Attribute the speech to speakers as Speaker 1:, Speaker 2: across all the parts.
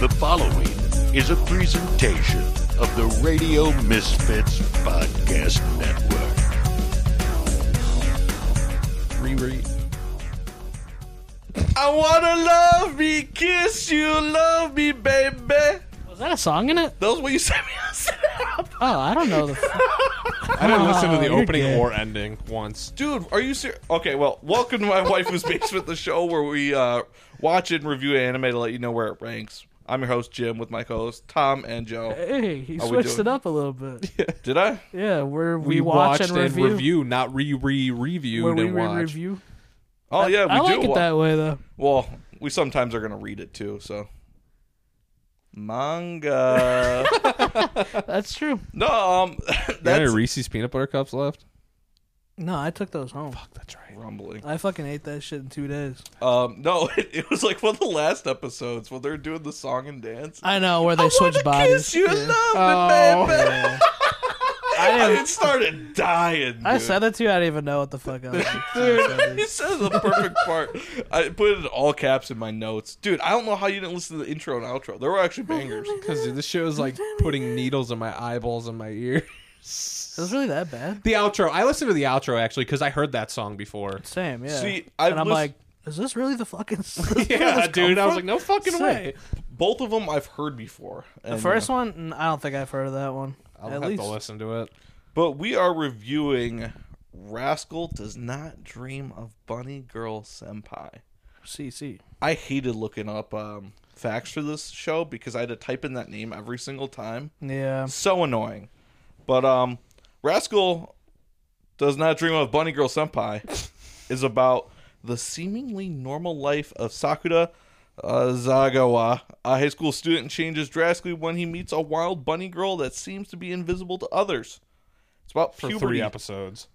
Speaker 1: The following is a presentation of the Radio Misfits Podcast Network.
Speaker 2: I wanna love me, kiss you, love me, baby.
Speaker 3: Is that a song in it?
Speaker 2: Those what you sent me.
Speaker 3: Oh, I don't know. The,
Speaker 4: I didn't listen to the
Speaker 3: you're
Speaker 4: opening
Speaker 3: gay.
Speaker 4: or ending once.
Speaker 2: Dude, are you serious? Okay, well, welcome to my waifu's basement, the show where we uh, watch and review anime to let you know where it ranks. I'm your host Jim with my co-host Tom and Joe.
Speaker 3: hey, he
Speaker 2: How we
Speaker 3: switched
Speaker 2: doing?
Speaker 3: it up a little bit.
Speaker 2: Did I?
Speaker 3: Yeah, where we, watch and review.
Speaker 4: not re re reviewed
Speaker 3: where we
Speaker 4: and watched.
Speaker 3: review.
Speaker 2: Oh yeah, we
Speaker 3: I
Speaker 2: do.
Speaker 3: like it
Speaker 2: wa-
Speaker 3: that way though.
Speaker 2: well, we sometimes are gonna read it too. So manga.
Speaker 3: That's true.
Speaker 2: no, um,
Speaker 4: You got any
Speaker 2: that's
Speaker 4: Reese's peanut butter cups left?
Speaker 3: No, I took those home.
Speaker 4: That's right.
Speaker 2: rumbling.
Speaker 3: I fucking ate that shit in two days.
Speaker 2: Um, no, it, it was like one of the last episodes when they're doing the song and dance.
Speaker 3: I know where they switch bodies.
Speaker 2: Kiss you,
Speaker 3: Yeah.
Speaker 2: love me, baby.
Speaker 3: Oh, I,
Speaker 2: I
Speaker 3: didn't-
Speaker 2: started dying. Dude.
Speaker 3: I said it to you. I didn't even know what the fuck I was.
Speaker 2: He says the perfect part. I put it in all caps in my notes, dude. I don't know how you didn't listen to the intro and outro. There were actually bangers.
Speaker 4: Because this show is like putting needles in my eyeballs and my ear.
Speaker 3: It was really that bad.
Speaker 4: The outro. I listened to the outro actually because I heard that song before.
Speaker 3: Same, yeah.
Speaker 2: See, I've
Speaker 3: and I'm
Speaker 2: lis-
Speaker 3: like, is this really the fucking?
Speaker 4: Yeah, dude. I was like, no fucking
Speaker 3: Sick.
Speaker 4: way.
Speaker 2: Both of them I've heard before.
Speaker 3: The first one, Mm, I don't think I've heard of that one.
Speaker 4: I'll
Speaker 3: At
Speaker 4: have
Speaker 3: least
Speaker 4: to listen to it.
Speaker 2: but we are reviewing. Rascal does not dream of Bunny Girl Senpai.
Speaker 3: CC.
Speaker 2: I hated looking up um, facts for this show because I had to type in that name every single time.
Speaker 3: Yeah,
Speaker 2: so annoying. But um, Rascal does not dream of Bunny Girl Senpai is about the seemingly normal life of Sakura uh, Zagawa, a high school student, changes drastically when he meets a wild bunny girl that seems to be invisible to others. It's about
Speaker 4: For
Speaker 2: puberty
Speaker 4: three episodes.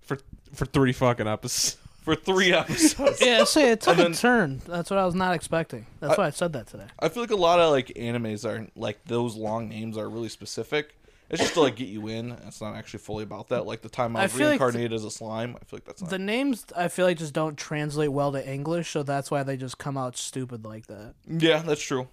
Speaker 4: For for three fucking episodes.
Speaker 2: for three episodes.
Speaker 3: yeah. See, it took
Speaker 2: And then-
Speaker 3: a turn. That's what I was not expecting. That's why I said that today.
Speaker 2: I feel like a lot of like animes are like those long names are really specific. It's just to like get you in. It's not actually fully about that. Like the time I
Speaker 3: I
Speaker 2: was
Speaker 3: feel like the-
Speaker 2: reincarnated as a slime. I feel like that's not
Speaker 3: The names I feel like just don't translate well to English, so that's why they just come out stupid like that.
Speaker 2: Yeah, that's true.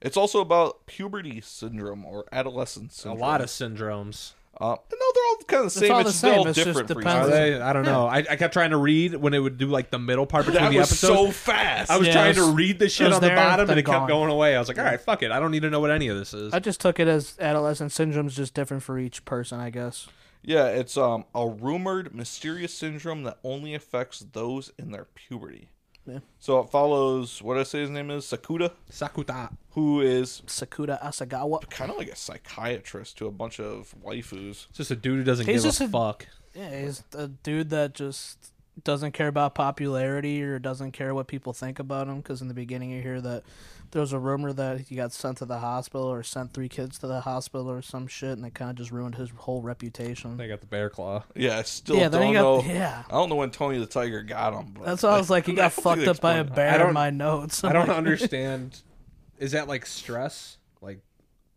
Speaker 2: It's also about puberty syndrome or adolescence
Speaker 4: A
Speaker 2: syndrome.
Speaker 4: lot of syndromes.
Speaker 2: Uh, no, they're all kind of the same.
Speaker 3: all
Speaker 2: It's,
Speaker 3: the
Speaker 2: just
Speaker 3: same,
Speaker 2: all
Speaker 3: it's just
Speaker 2: different for each
Speaker 3: depends
Speaker 4: Are
Speaker 2: other.
Speaker 4: they? I don't know. I, I kept trying to read when it would do like the middle part between
Speaker 2: That
Speaker 4: the
Speaker 2: was
Speaker 4: episodes.
Speaker 2: so fast.
Speaker 4: I was
Speaker 3: Yeah,
Speaker 4: trying
Speaker 3: it
Speaker 4: to
Speaker 3: was-
Speaker 4: read the
Speaker 3: it
Speaker 4: shit
Speaker 3: was
Speaker 4: on the
Speaker 3: there,
Speaker 4: bottom, and
Speaker 3: then
Speaker 4: it kept
Speaker 3: gone.
Speaker 4: going away. I was like, all right, fuck it. I don't need to know what any of this is.
Speaker 3: I just took it as adolescent syndrome's just different for each person, I guess.
Speaker 2: yeah, it's um a rumored mysterious syndrome that only affects those in their puberty.
Speaker 3: Yeah.
Speaker 2: So it follows what did I say his name is Sakuda,
Speaker 4: Sakuta.
Speaker 2: who is
Speaker 3: Sakuda Asagawa.
Speaker 2: kind of like a psychiatrist to a bunch of waifus.
Speaker 4: It's just a dude who doesn't
Speaker 3: He's
Speaker 4: give
Speaker 3: just
Speaker 4: a,
Speaker 3: a-
Speaker 4: fuck.
Speaker 3: Yeah, he's a dude that just doesn't care about popularity or doesn't care what people think about him. Because in the beginning, you hear that there was a rumor that he got sent to the hospital or sent three kids to the hospital or some shit, and it kind of just ruined his whole reputation.
Speaker 4: They got the bear claw.
Speaker 2: Yeah, I still
Speaker 3: Yeah, then
Speaker 2: don't
Speaker 3: he
Speaker 2: know.
Speaker 3: got- yeah.
Speaker 2: I don't know when Tony the Tiger got him. But
Speaker 3: That's why I was like, he got fucked up by a
Speaker 4: I
Speaker 3: bear
Speaker 4: don't-
Speaker 3: in Oh my notes.
Speaker 4: I don't understand. Is that like stress? Like,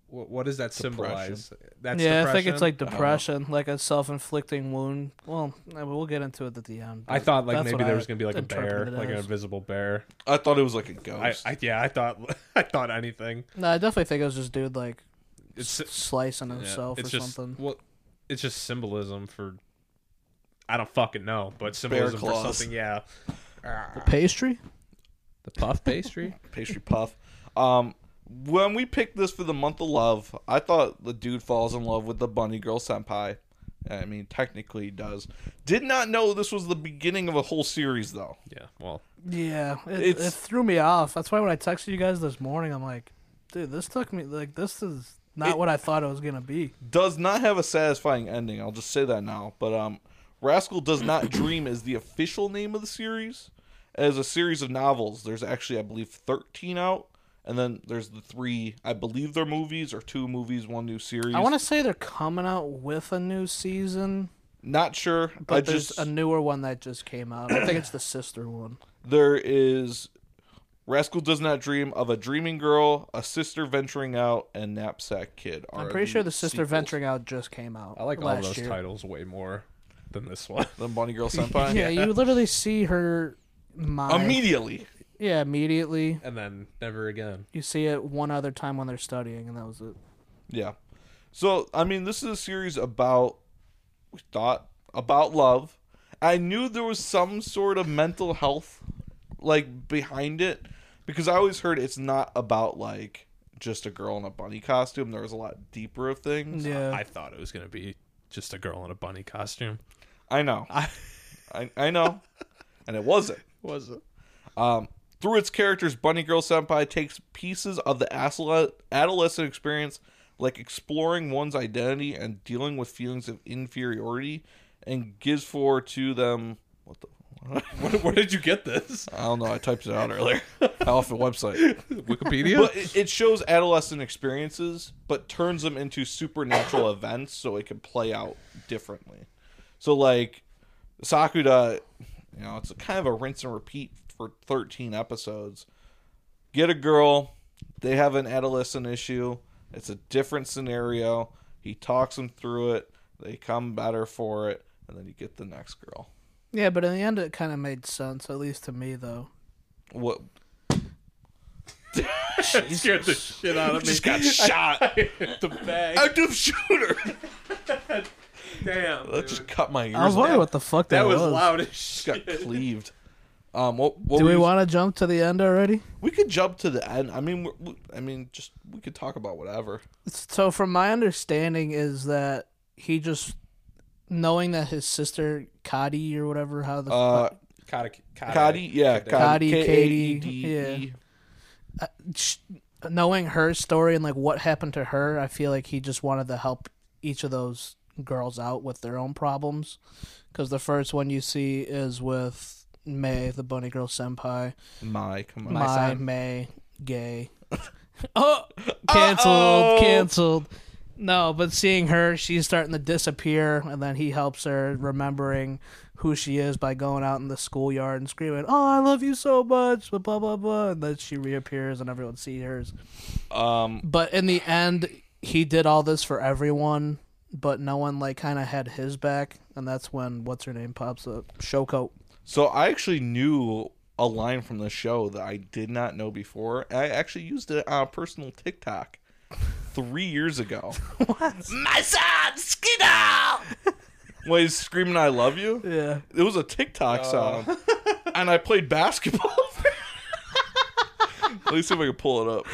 Speaker 4: what, what does that symbolize? That's
Speaker 3: yeah, I think
Speaker 4: depression?
Speaker 3: it's like depression, like a self-inflicting wound. Well, uh, we'll get into it at the end.
Speaker 4: I thought like
Speaker 3: that's
Speaker 4: maybe
Speaker 3: what
Speaker 4: there
Speaker 3: I
Speaker 4: was gonna be like a bear,
Speaker 3: interpreted it
Speaker 4: like an
Speaker 3: as.
Speaker 4: invisible bear.
Speaker 2: I thought it was like a
Speaker 4: I,
Speaker 2: ghost.
Speaker 4: I yeah, I thought I thought anything.
Speaker 3: no, I definitely think it was just dude like
Speaker 4: It's
Speaker 3: slicing
Speaker 4: yeah,
Speaker 3: himself
Speaker 4: it's
Speaker 3: or
Speaker 4: just,
Speaker 3: something.
Speaker 4: Well, it's just symbolism for. I don't fucking know, but symbolism for
Speaker 2: claws.
Speaker 4: something. Yeah,
Speaker 3: Pastry?
Speaker 4: the puff pastry.
Speaker 2: pastry puff. Um, when we picked this for the month of love, I thought the dude falls in love with the bunny girl senpai. I mean, technically he does. Did not know this was the beginning of a whole series, though.
Speaker 4: yeah, well,
Speaker 3: Yeah, it,
Speaker 2: It's-
Speaker 3: it threw me off. That's why when I texted you guys this morning, I'm like, dude, this took me like this is not
Speaker 2: It-
Speaker 3: what I thought it was gonna be.
Speaker 2: Does not have a satisfying ending. I'll just say that now. But um, Rascal Does Not Dream is the official name of the series. As a series of novels, there's actually, I believe, 13 out. And then there's the three, I believe they're movies or two movies, one new series.
Speaker 3: I want to say they're coming out with a new season,
Speaker 2: Not sure.
Speaker 3: but
Speaker 2: I
Speaker 3: there's
Speaker 2: just
Speaker 3: a newer one that just came out. I think it's the sister one.
Speaker 2: there is Rascal Does Not Dream of a Dreaming Girl, a Sister venturing out, and Knapsack Kid.
Speaker 3: I'm pretty sure the sister venturing out just came out.
Speaker 4: I like all
Speaker 3: last
Speaker 4: those
Speaker 3: year.
Speaker 4: titles way more than this one.
Speaker 2: The Bunny Girl Senpai.
Speaker 3: Yeah, you literally see her mind.
Speaker 2: Immediately.
Speaker 3: Yeah, immediately.
Speaker 5: and then never again.
Speaker 3: You see it one other time when they're studying, and that was it.
Speaker 2: Yeah. So I mean, this is a series about we thought about love. I knew there was some sort of mental health like behind it because I always heard it's not about like just a girl in a bunny costume. There was a lot deeper of things.
Speaker 3: Yeah.
Speaker 5: I thought it was gonna be just a girl in a bunny costume.
Speaker 2: I know. I I, know. and it wasn't.
Speaker 5: Was it?
Speaker 2: Um, through its characters, Bunny Girl Senpai takes pieces of the asole- adolescent experience, like exploring one's identity and dealing with feelings of inferiority, and gives for to them. What the?
Speaker 5: Where, where did you get this?
Speaker 2: I don't know. I typed it out earlier off the website.
Speaker 5: Wikipedia.
Speaker 2: But it, it shows adolescent experiences, but turns them into supernatural events so it can play out differently. So, like, Sakura, you know, it's kind of a rinse and repeat for 13 episodes. Get a girl, they have an adolescent issue, it's a different scenario. He talks them through it, they come better for it, and then you get the next girl.
Speaker 3: Yeah, but in the end, it kind of made sense, at least to me, though.
Speaker 2: What?
Speaker 5: scared the shit out of me.
Speaker 2: got shot.
Speaker 5: the bag.
Speaker 2: Active shooter.
Speaker 5: Damn.
Speaker 2: That just cut my ears.
Speaker 3: I was
Speaker 2: off.
Speaker 3: wondering what the fuck that,
Speaker 5: That was loud as shit.
Speaker 2: just got cleaved. Um, what, what
Speaker 3: Do
Speaker 2: were
Speaker 3: we
Speaker 2: you-
Speaker 3: want to jump to the end already?
Speaker 2: We could jump to the end. I mean, we're- we, I mean, just we could talk about whatever.
Speaker 3: So, from my understanding, is that he just knowing that his sister Kadi or whatever, how the
Speaker 2: Uh,
Speaker 3: fuck-
Speaker 5: Kadi,
Speaker 2: Kadi, yeah, E Kadi,
Speaker 3: Kadi,
Speaker 2: K-A-D-E.
Speaker 3: Katie, sh- knowing her story and like what happened to her, I feel like he just wanted to help each of those girls out with their own problems. Because the first one you see is with May, the bunny girl senpai.
Speaker 2: My, come on,
Speaker 3: My,
Speaker 5: son.
Speaker 3: May, gay. oh, canceled, canceled. No, but seeing her, she's starting to disappear, and then he helps her, remembering who she is by going out in the schoolyard and screaming, "Oh, I love you so much!" But blah blah blah, and then she reappears, and everyone sees her.
Speaker 2: Um,
Speaker 3: But in the end, he did all this for everyone, but no one like kind of had his back, and that's when what's her name pops up, Shoko.
Speaker 2: so I actually knew a line from the show that I did not know before. I actually used it on a personal TikTok three years ago.
Speaker 3: What?
Speaker 2: My son, Skeeter. When he's screaming, "I love you!"
Speaker 3: Yeah.
Speaker 2: It was a TikTok song, and I played basketball. Let me see if I can pull it up.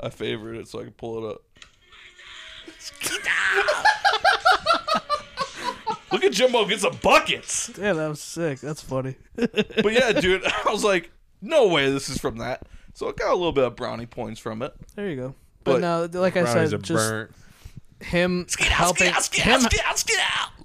Speaker 2: I favored it so I can pull it up. Look at Jimbo get some buckets.
Speaker 3: Yeah, that was sick. That's funny.
Speaker 2: But yeah, dude, I was like, no way, this is from that. So I got a little bit of brownie points from it.
Speaker 3: There you go. But,
Speaker 2: But-
Speaker 3: no, like I said, just him helping him,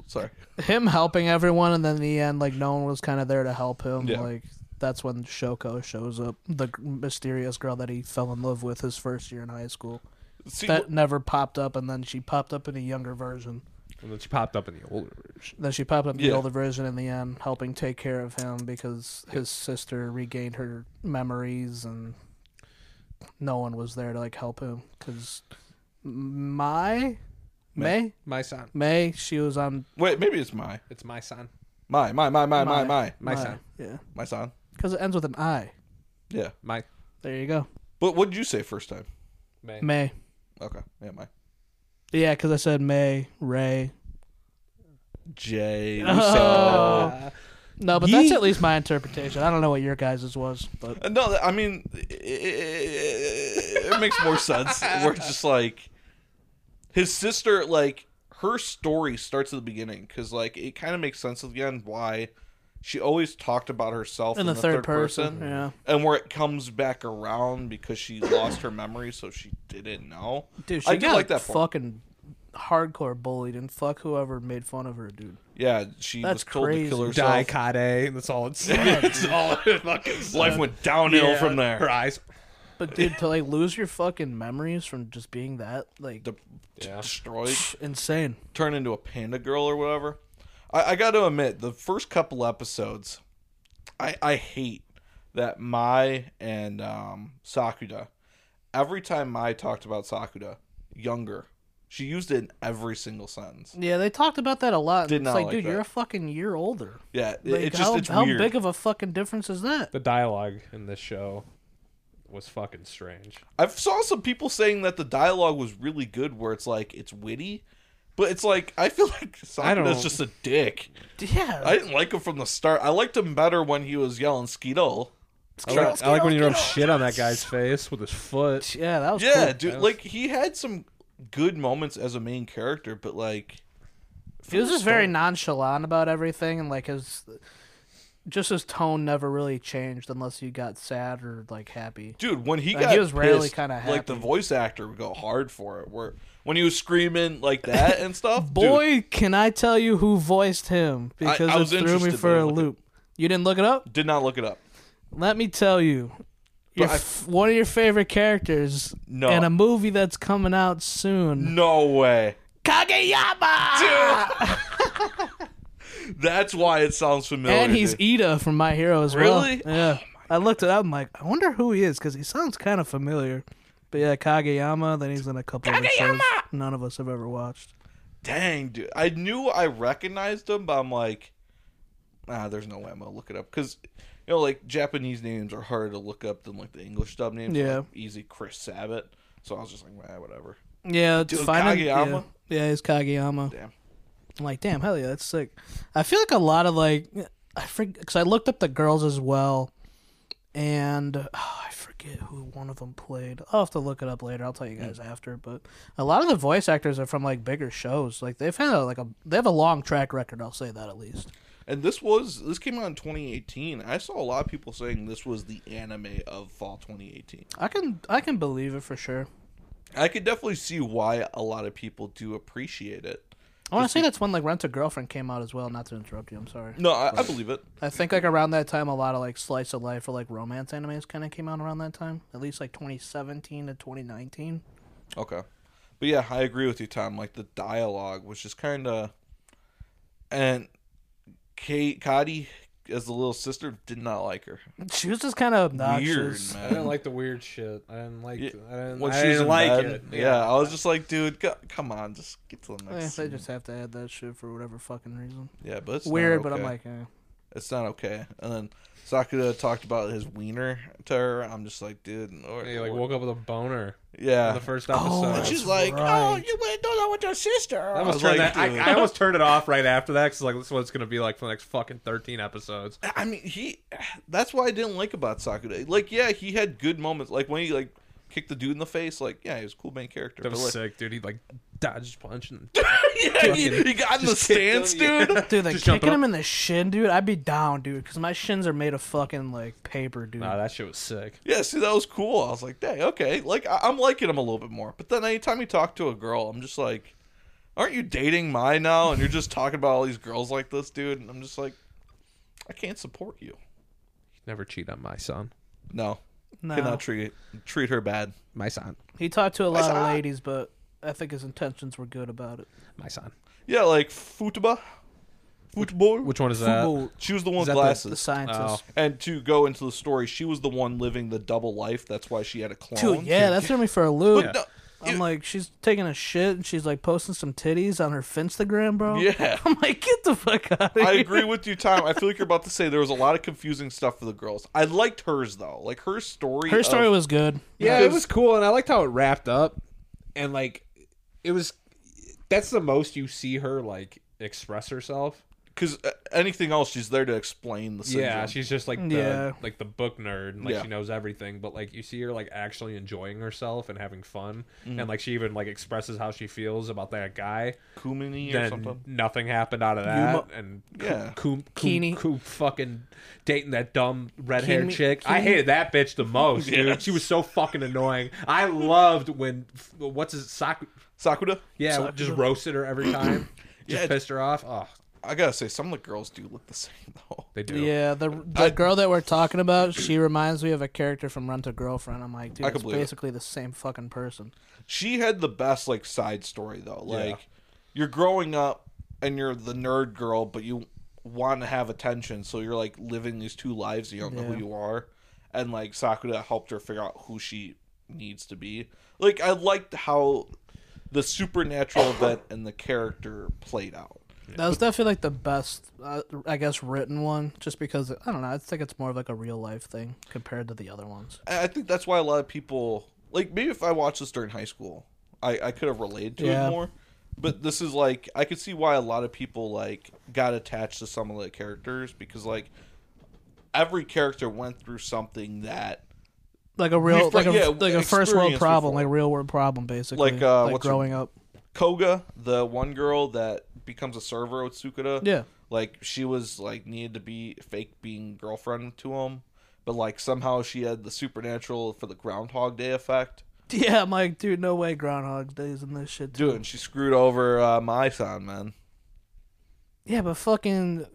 Speaker 2: Sorry.
Speaker 3: him helping everyone, and then in the end, like no one was kind of there to help him.
Speaker 2: Yeah.
Speaker 3: Like that's when Shoko shows up, the g- mysterious girl that he fell in love with his first year in high school.
Speaker 2: See,
Speaker 3: That never popped up, and then she popped up in a younger version.
Speaker 5: And then she popped up in the older version.
Speaker 3: Then she popped up in
Speaker 2: Yeah.
Speaker 3: the older version in the end, helping take care of him because his sister regained her memories and no one was there to like help him because my May
Speaker 5: My son.
Speaker 3: May she was on
Speaker 2: wait, maybe it's my.
Speaker 5: It's my son.
Speaker 2: My, my, my, my, my,
Speaker 3: My.
Speaker 2: my.
Speaker 5: My son.
Speaker 3: yeah
Speaker 2: My son.
Speaker 3: because it ends with an I.
Speaker 2: Yeah.
Speaker 5: My
Speaker 3: There you go,
Speaker 2: But what did you say first time?
Speaker 5: May.
Speaker 3: May.
Speaker 2: Okay. Yeah, my.
Speaker 3: Yeah, because I said May Ray.
Speaker 2: Jay. you
Speaker 3: Oh.
Speaker 2: said-
Speaker 3: No, but that's
Speaker 2: Ye-
Speaker 3: at least my interpretation. I don't know what your guys's was, but
Speaker 2: Uh, No, I mean, it, it, it makes more sense. We're just like his sister, like her story starts at the beginning because, like, it kind of makes sense at the end why she always talked about herself
Speaker 3: in the, third, person, yeah.
Speaker 2: and where it comes back around because she lost her memory, so she didn't know.
Speaker 3: Dude, she
Speaker 2: I do
Speaker 3: got
Speaker 2: like that part.
Speaker 3: fucking hardcore bullied, and fuck whoever made fun of her, dude.
Speaker 2: Yeah, she
Speaker 3: That's
Speaker 2: was told
Speaker 3: crazy.
Speaker 2: to kill herself.
Speaker 5: Die Kade. That's all it's That's all it fucking said.
Speaker 2: Life went downhill
Speaker 5: Yeah,
Speaker 2: from
Speaker 5: Her
Speaker 2: there.
Speaker 5: eyes.
Speaker 3: But dude, to like lose your fucking memories from just being that like
Speaker 2: De-
Speaker 5: Yeah.
Speaker 2: Destroyed.
Speaker 3: insane.
Speaker 2: turn into a panda girl or whatever. I, I got to admit, the first couple episodes, I, I hate that Mai and um, Sakuda. Every time Mai talked about Sakuda, younger, She used it in every single sentence.
Speaker 3: Yeah, they talked about that a lot.
Speaker 2: Did
Speaker 3: it's
Speaker 2: not
Speaker 3: like,
Speaker 2: like
Speaker 3: dude,
Speaker 2: that.
Speaker 3: you're a fucking year older.
Speaker 2: Yeah, it,
Speaker 3: Like,
Speaker 2: it just
Speaker 3: how,
Speaker 2: it's
Speaker 3: how
Speaker 2: weird.
Speaker 3: big of a fucking difference is that?
Speaker 4: The dialogue in this show was fucking strange.
Speaker 2: I saw some people saying that the dialogue was really good, where it's like it's witty, but it's like I feel like Sakura's
Speaker 4: don't-
Speaker 2: just a dick.
Speaker 3: Yeah.
Speaker 2: I didn't like him from the start. I liked him better when he was yelling Skeetle.
Speaker 5: I like, I like when you rub shit on that guy's face with his foot.
Speaker 3: yeah, that was
Speaker 2: Yeah,
Speaker 3: cool.
Speaker 2: dude, like he had some good moments as a main character, but like
Speaker 3: He was
Speaker 2: from the
Speaker 3: just very
Speaker 2: start-
Speaker 3: nonchalant about everything, and like his, just his tone never really changed unless you got sad or like happy.
Speaker 2: Dude, when he
Speaker 3: Like,
Speaker 2: got
Speaker 3: he was rarely
Speaker 2: pissed,
Speaker 3: kinda
Speaker 2: like the
Speaker 3: happy.
Speaker 2: voice actor would go hard for it. Where when he was screaming like that and stuff, dude,
Speaker 3: Boy, can I tell you who voiced him because
Speaker 2: I was
Speaker 3: it threw me
Speaker 2: interested,
Speaker 3: for
Speaker 2: but I
Speaker 3: a
Speaker 2: looked it-
Speaker 3: loop. You didn't look it up?
Speaker 2: did not look it up.
Speaker 3: Let me tell you. Your,
Speaker 2: I-
Speaker 3: f- one of your favorite characters
Speaker 2: No.
Speaker 3: in a movie that's coming out soon.
Speaker 2: No way.
Speaker 3: Kageyama!
Speaker 2: That's why it sounds familiar.
Speaker 3: And he's
Speaker 2: dude.
Speaker 3: Ida from My Hero as well.
Speaker 2: Really?
Speaker 3: Yeah. I looked it up. I'm like, I wonder who he is because he sounds kind of familiar. But yeah, Kageyama. Then he's in a couple of shows none of us have ever watched.
Speaker 2: dang, dude. I knew I recognized him, but I'm like, ah, there's no way I'm gonna look it up because you know, like Japanese names are harder to look up than like the English dub names.
Speaker 3: Yeah.
Speaker 2: like, easy Chris Sabat. So I was just like, ah, whatever.
Speaker 3: Yeah, it's
Speaker 2: Dude,
Speaker 3: finding,
Speaker 2: Kageyama?
Speaker 3: Yeah, yeah, it's Kageyama.
Speaker 2: Damn.
Speaker 3: I'm like, damn, hell yeah, that's sick. I feel like a lot of like, I forget because I looked up the girls as well, and oh, I forget who one of them played. I'll have to look it up later. I'll tell you guys after. But a lot of the voice actors are from like bigger shows. Like they've had a, like a they have a long track record. I'll say that at least.
Speaker 2: And this was this came out in 2018. I saw a lot of people saying this was the anime of fall 2018.
Speaker 3: I can I can believe it for sure.
Speaker 2: I could definitely see why a lot of people do appreciate it.
Speaker 3: I want to say that's when like Rent a Girlfriend came out as well. Not to interrupt you, I'm sorry.
Speaker 2: No, I, I believe it.
Speaker 3: I think like around that time, a lot of like slice of life or like romance animes kind of came out around that time. At least like 2017 to 2019.
Speaker 2: Okay. But yeah, I agree with you, Tom. Like the dialogue was just kind of, and Kate Cody as the little sister did not like her.
Speaker 3: She was just kind of
Speaker 2: Weird
Speaker 3: obnoxious.
Speaker 4: I didn't
Speaker 2: man.
Speaker 4: like the weird shit. I didn't like.
Speaker 2: Yeah,
Speaker 4: I didn't,
Speaker 2: When
Speaker 4: I
Speaker 2: she was
Speaker 4: didn't
Speaker 2: in
Speaker 4: like
Speaker 2: bed,
Speaker 4: it.
Speaker 2: yeah. I was just like, dude, go, come on, just get to the
Speaker 3: Eh,
Speaker 2: next.
Speaker 3: they
Speaker 2: scene.
Speaker 3: just have to add that shit for whatever fucking reason.
Speaker 2: Yeah, but it's not
Speaker 3: Weird, but I'm
Speaker 2: okay.
Speaker 3: like, eh.
Speaker 2: it's not okay. And then Sakura talked about his wiener to her. I'm just like, dude, or,
Speaker 4: He like woke up with a boner in
Speaker 2: yeah.
Speaker 4: the first episode.
Speaker 2: And
Speaker 3: that's
Speaker 2: she's like, oh,
Speaker 3: right.
Speaker 2: you went do that with your sister.
Speaker 4: I
Speaker 2: I
Speaker 4: almost
Speaker 2: was
Speaker 4: turned
Speaker 2: like,
Speaker 4: that. I,
Speaker 2: dude.
Speaker 4: I almost turned it off right after that because like this is what it's gonna be like for the next fucking thirteen episodes.
Speaker 2: I mean, he. That's why I didn't like about Sakura. Like, yeah, he had good moments. Like when he like kicked the dude in the face. Like, yeah, he was a cool main character.
Speaker 4: That
Speaker 2: but,
Speaker 4: was
Speaker 2: like,
Speaker 4: sick, dude. He like dodged punch and
Speaker 2: yeah, he, he got in the
Speaker 4: Just kicked
Speaker 2: stance,
Speaker 4: him,
Speaker 2: dude.
Speaker 3: Dude, like
Speaker 4: Just jumping
Speaker 3: kicking
Speaker 4: up.
Speaker 3: him in the shin, dude. I'd be down, dude, because my shins are made of fucking like paper, dude.
Speaker 4: Nah, that shit was sick.
Speaker 2: Yeah, see, that was cool. I was like, dang, okay. Like, I, I'm liking him a little bit more. But then anytime you talk to a girl, I'm just like, aren't you dating Mai now? And you're just talking about all these girls like this, dude. And I'm just like, I can't support you.
Speaker 4: Never cheat on my son.
Speaker 2: No,
Speaker 3: No.
Speaker 2: cannot treat treat her bad.
Speaker 4: My son.
Speaker 3: He talked to a
Speaker 2: Why's
Speaker 3: lot of
Speaker 2: that?
Speaker 3: ladies, but I think his intentions were good about it.
Speaker 4: My son.
Speaker 2: Yeah, like Futaba, Futbol.
Speaker 4: Which one is that?
Speaker 3: Fubo,
Speaker 2: She was the one with
Speaker 4: that the-
Speaker 2: Uh, glasses.
Speaker 3: the scientist.
Speaker 2: And to go into the story, she was the one living the double life. That's why she had a clone.
Speaker 3: Dude, yeah, that threw me for a loop.
Speaker 2: Oh. But no-
Speaker 3: I'm like, she's taking a shit and she's like posting some titties on her Finstagram, bro.
Speaker 2: Yeah.
Speaker 3: I'm like, get the fuck out of here.
Speaker 2: I agree with you, Tom. I feel like you're about to say there was a lot of confusing stuff for the girls. I liked hers though, like her story.
Speaker 3: Her story
Speaker 2: of-
Speaker 3: was good.
Speaker 4: Yeah, it
Speaker 2: Because-
Speaker 4: was cool, and I liked how it wrapped up, and like, it was. That's the most you see her like express herself.
Speaker 2: because uh, anything else, she's there to explain the syndrome.
Speaker 4: Yeah, she's just like the
Speaker 3: Yeah.
Speaker 4: like the book nerd, and like
Speaker 2: Yeah.
Speaker 4: she knows everything. But like you see her like actually enjoying herself and having fun, and like she even like expresses how she feels about that guy.
Speaker 2: Kumini or
Speaker 4: Then
Speaker 2: something.
Speaker 4: nothing happened out of that, and
Speaker 2: Yeah.
Speaker 4: Coop
Speaker 3: Keeney.
Speaker 4: Coop Coop fucking dating that dumb red haired
Speaker 3: Keeney-
Speaker 4: chick. I hated that bitch the most, dude.
Speaker 2: Yes.
Speaker 4: She was so fucking annoying. I loved when f- what's his sock.
Speaker 2: Sakura.
Speaker 4: Yeah, just roasted her every time. Just
Speaker 2: Yeah.
Speaker 4: pissed her off. Oh,
Speaker 2: I gotta say, some of the girls do look the same though.
Speaker 4: they do.
Speaker 3: Yeah, the the
Speaker 2: I-
Speaker 3: girl that we're talking about, she reminds me of a character from Rent a Girlfriend. I'm like, dude,
Speaker 2: I can
Speaker 3: it's
Speaker 2: believe it.
Speaker 3: basically the same fucking person.
Speaker 2: She had the best like side story though. Like
Speaker 4: Yeah.
Speaker 2: you're growing up and you're the nerd girl, but you want to have attention, so you're like living these two lives. You don't know
Speaker 3: Yeah.
Speaker 2: who you are, and like Sakura helped her figure out who she needs to be. Like I liked how the supernatural event and the character played out.
Speaker 3: That was definitely like the best, uh, I guess, written one. Just because I don't know, I think it's more of like a real life thing compared to the other ones.
Speaker 2: I I think that's why a lot of people like maybe if I watched this during high school, I, I could have related to
Speaker 3: Yeah.
Speaker 2: it more. But this is like I could see why a lot of people like got attached to some of the characters because like every character went through something that
Speaker 3: Like a real,
Speaker 2: We've-
Speaker 3: like a
Speaker 2: yeah,
Speaker 3: like a first world
Speaker 2: experienced
Speaker 3: problem,
Speaker 2: before.
Speaker 3: like real world problem, basically.
Speaker 2: Like, uh, what's her-
Speaker 3: growing up.
Speaker 2: Koga, the one girl that becomes a server with Tsukuda,
Speaker 3: Yeah.
Speaker 2: like she was like needed to be fake being girlfriend to him, but like somehow she had the supernatural for the Groundhog Day effect.
Speaker 3: Yeah, I'm like, dude, no way, Groundhog Days and this shit. too.
Speaker 2: Dude, and she screwed over uh, my son, man.
Speaker 3: Yeah, but fucking,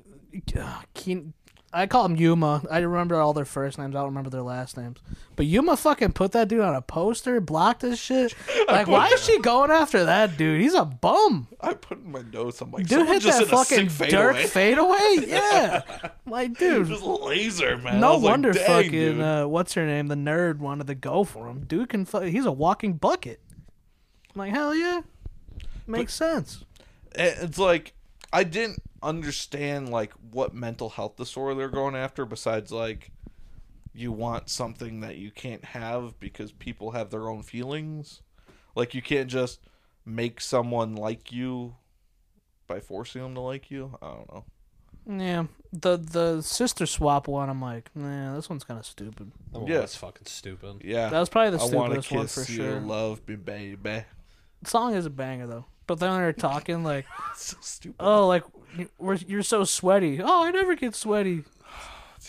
Speaker 3: uh, Keen, I call him Yuma. I remember all their first names. I don't remember their last names. But Yuma fucking put that dude on a poster, blocked his shit. Like, why is she going after that dude? He's a bum.
Speaker 2: I put in my notes. I'm like,
Speaker 3: Dude
Speaker 2: someone
Speaker 3: hit
Speaker 2: just
Speaker 3: that
Speaker 2: hit a
Speaker 3: fucking
Speaker 2: sick
Speaker 3: dark
Speaker 2: fadeaway.
Speaker 3: fadeaway. Yeah, like, dude.
Speaker 2: Just laser, man. I
Speaker 3: No
Speaker 2: was like,
Speaker 3: wonder
Speaker 2: "Dang,
Speaker 3: fucking
Speaker 2: dude."
Speaker 3: uh, what's her name, the nerd wanted to go for him. Dude can fu- he's a walking bucket. I'm like hell yeah, makes sense.
Speaker 2: It- it's like I didn't understand like what mental health disorder they're going after besides like you want something that you can't have because people have their own feelings. Like you can't just make someone like you by forcing them to like you. I don't know.
Speaker 3: Yeah, the the sister swap one. I'm like, nah, this one's kind of stupid.
Speaker 2: Yeah.
Speaker 4: Oh, that's fucking stupid.
Speaker 2: Yeah.
Speaker 3: That was probably the
Speaker 2: I want to
Speaker 3: stupidest one for
Speaker 2: kiss you,
Speaker 3: sure.
Speaker 2: love me, baby.
Speaker 3: Song is a banger though. But then they're talking like,
Speaker 2: so stupid.
Speaker 3: oh, like we're, you're so sweaty. Oh, I never get sweaty.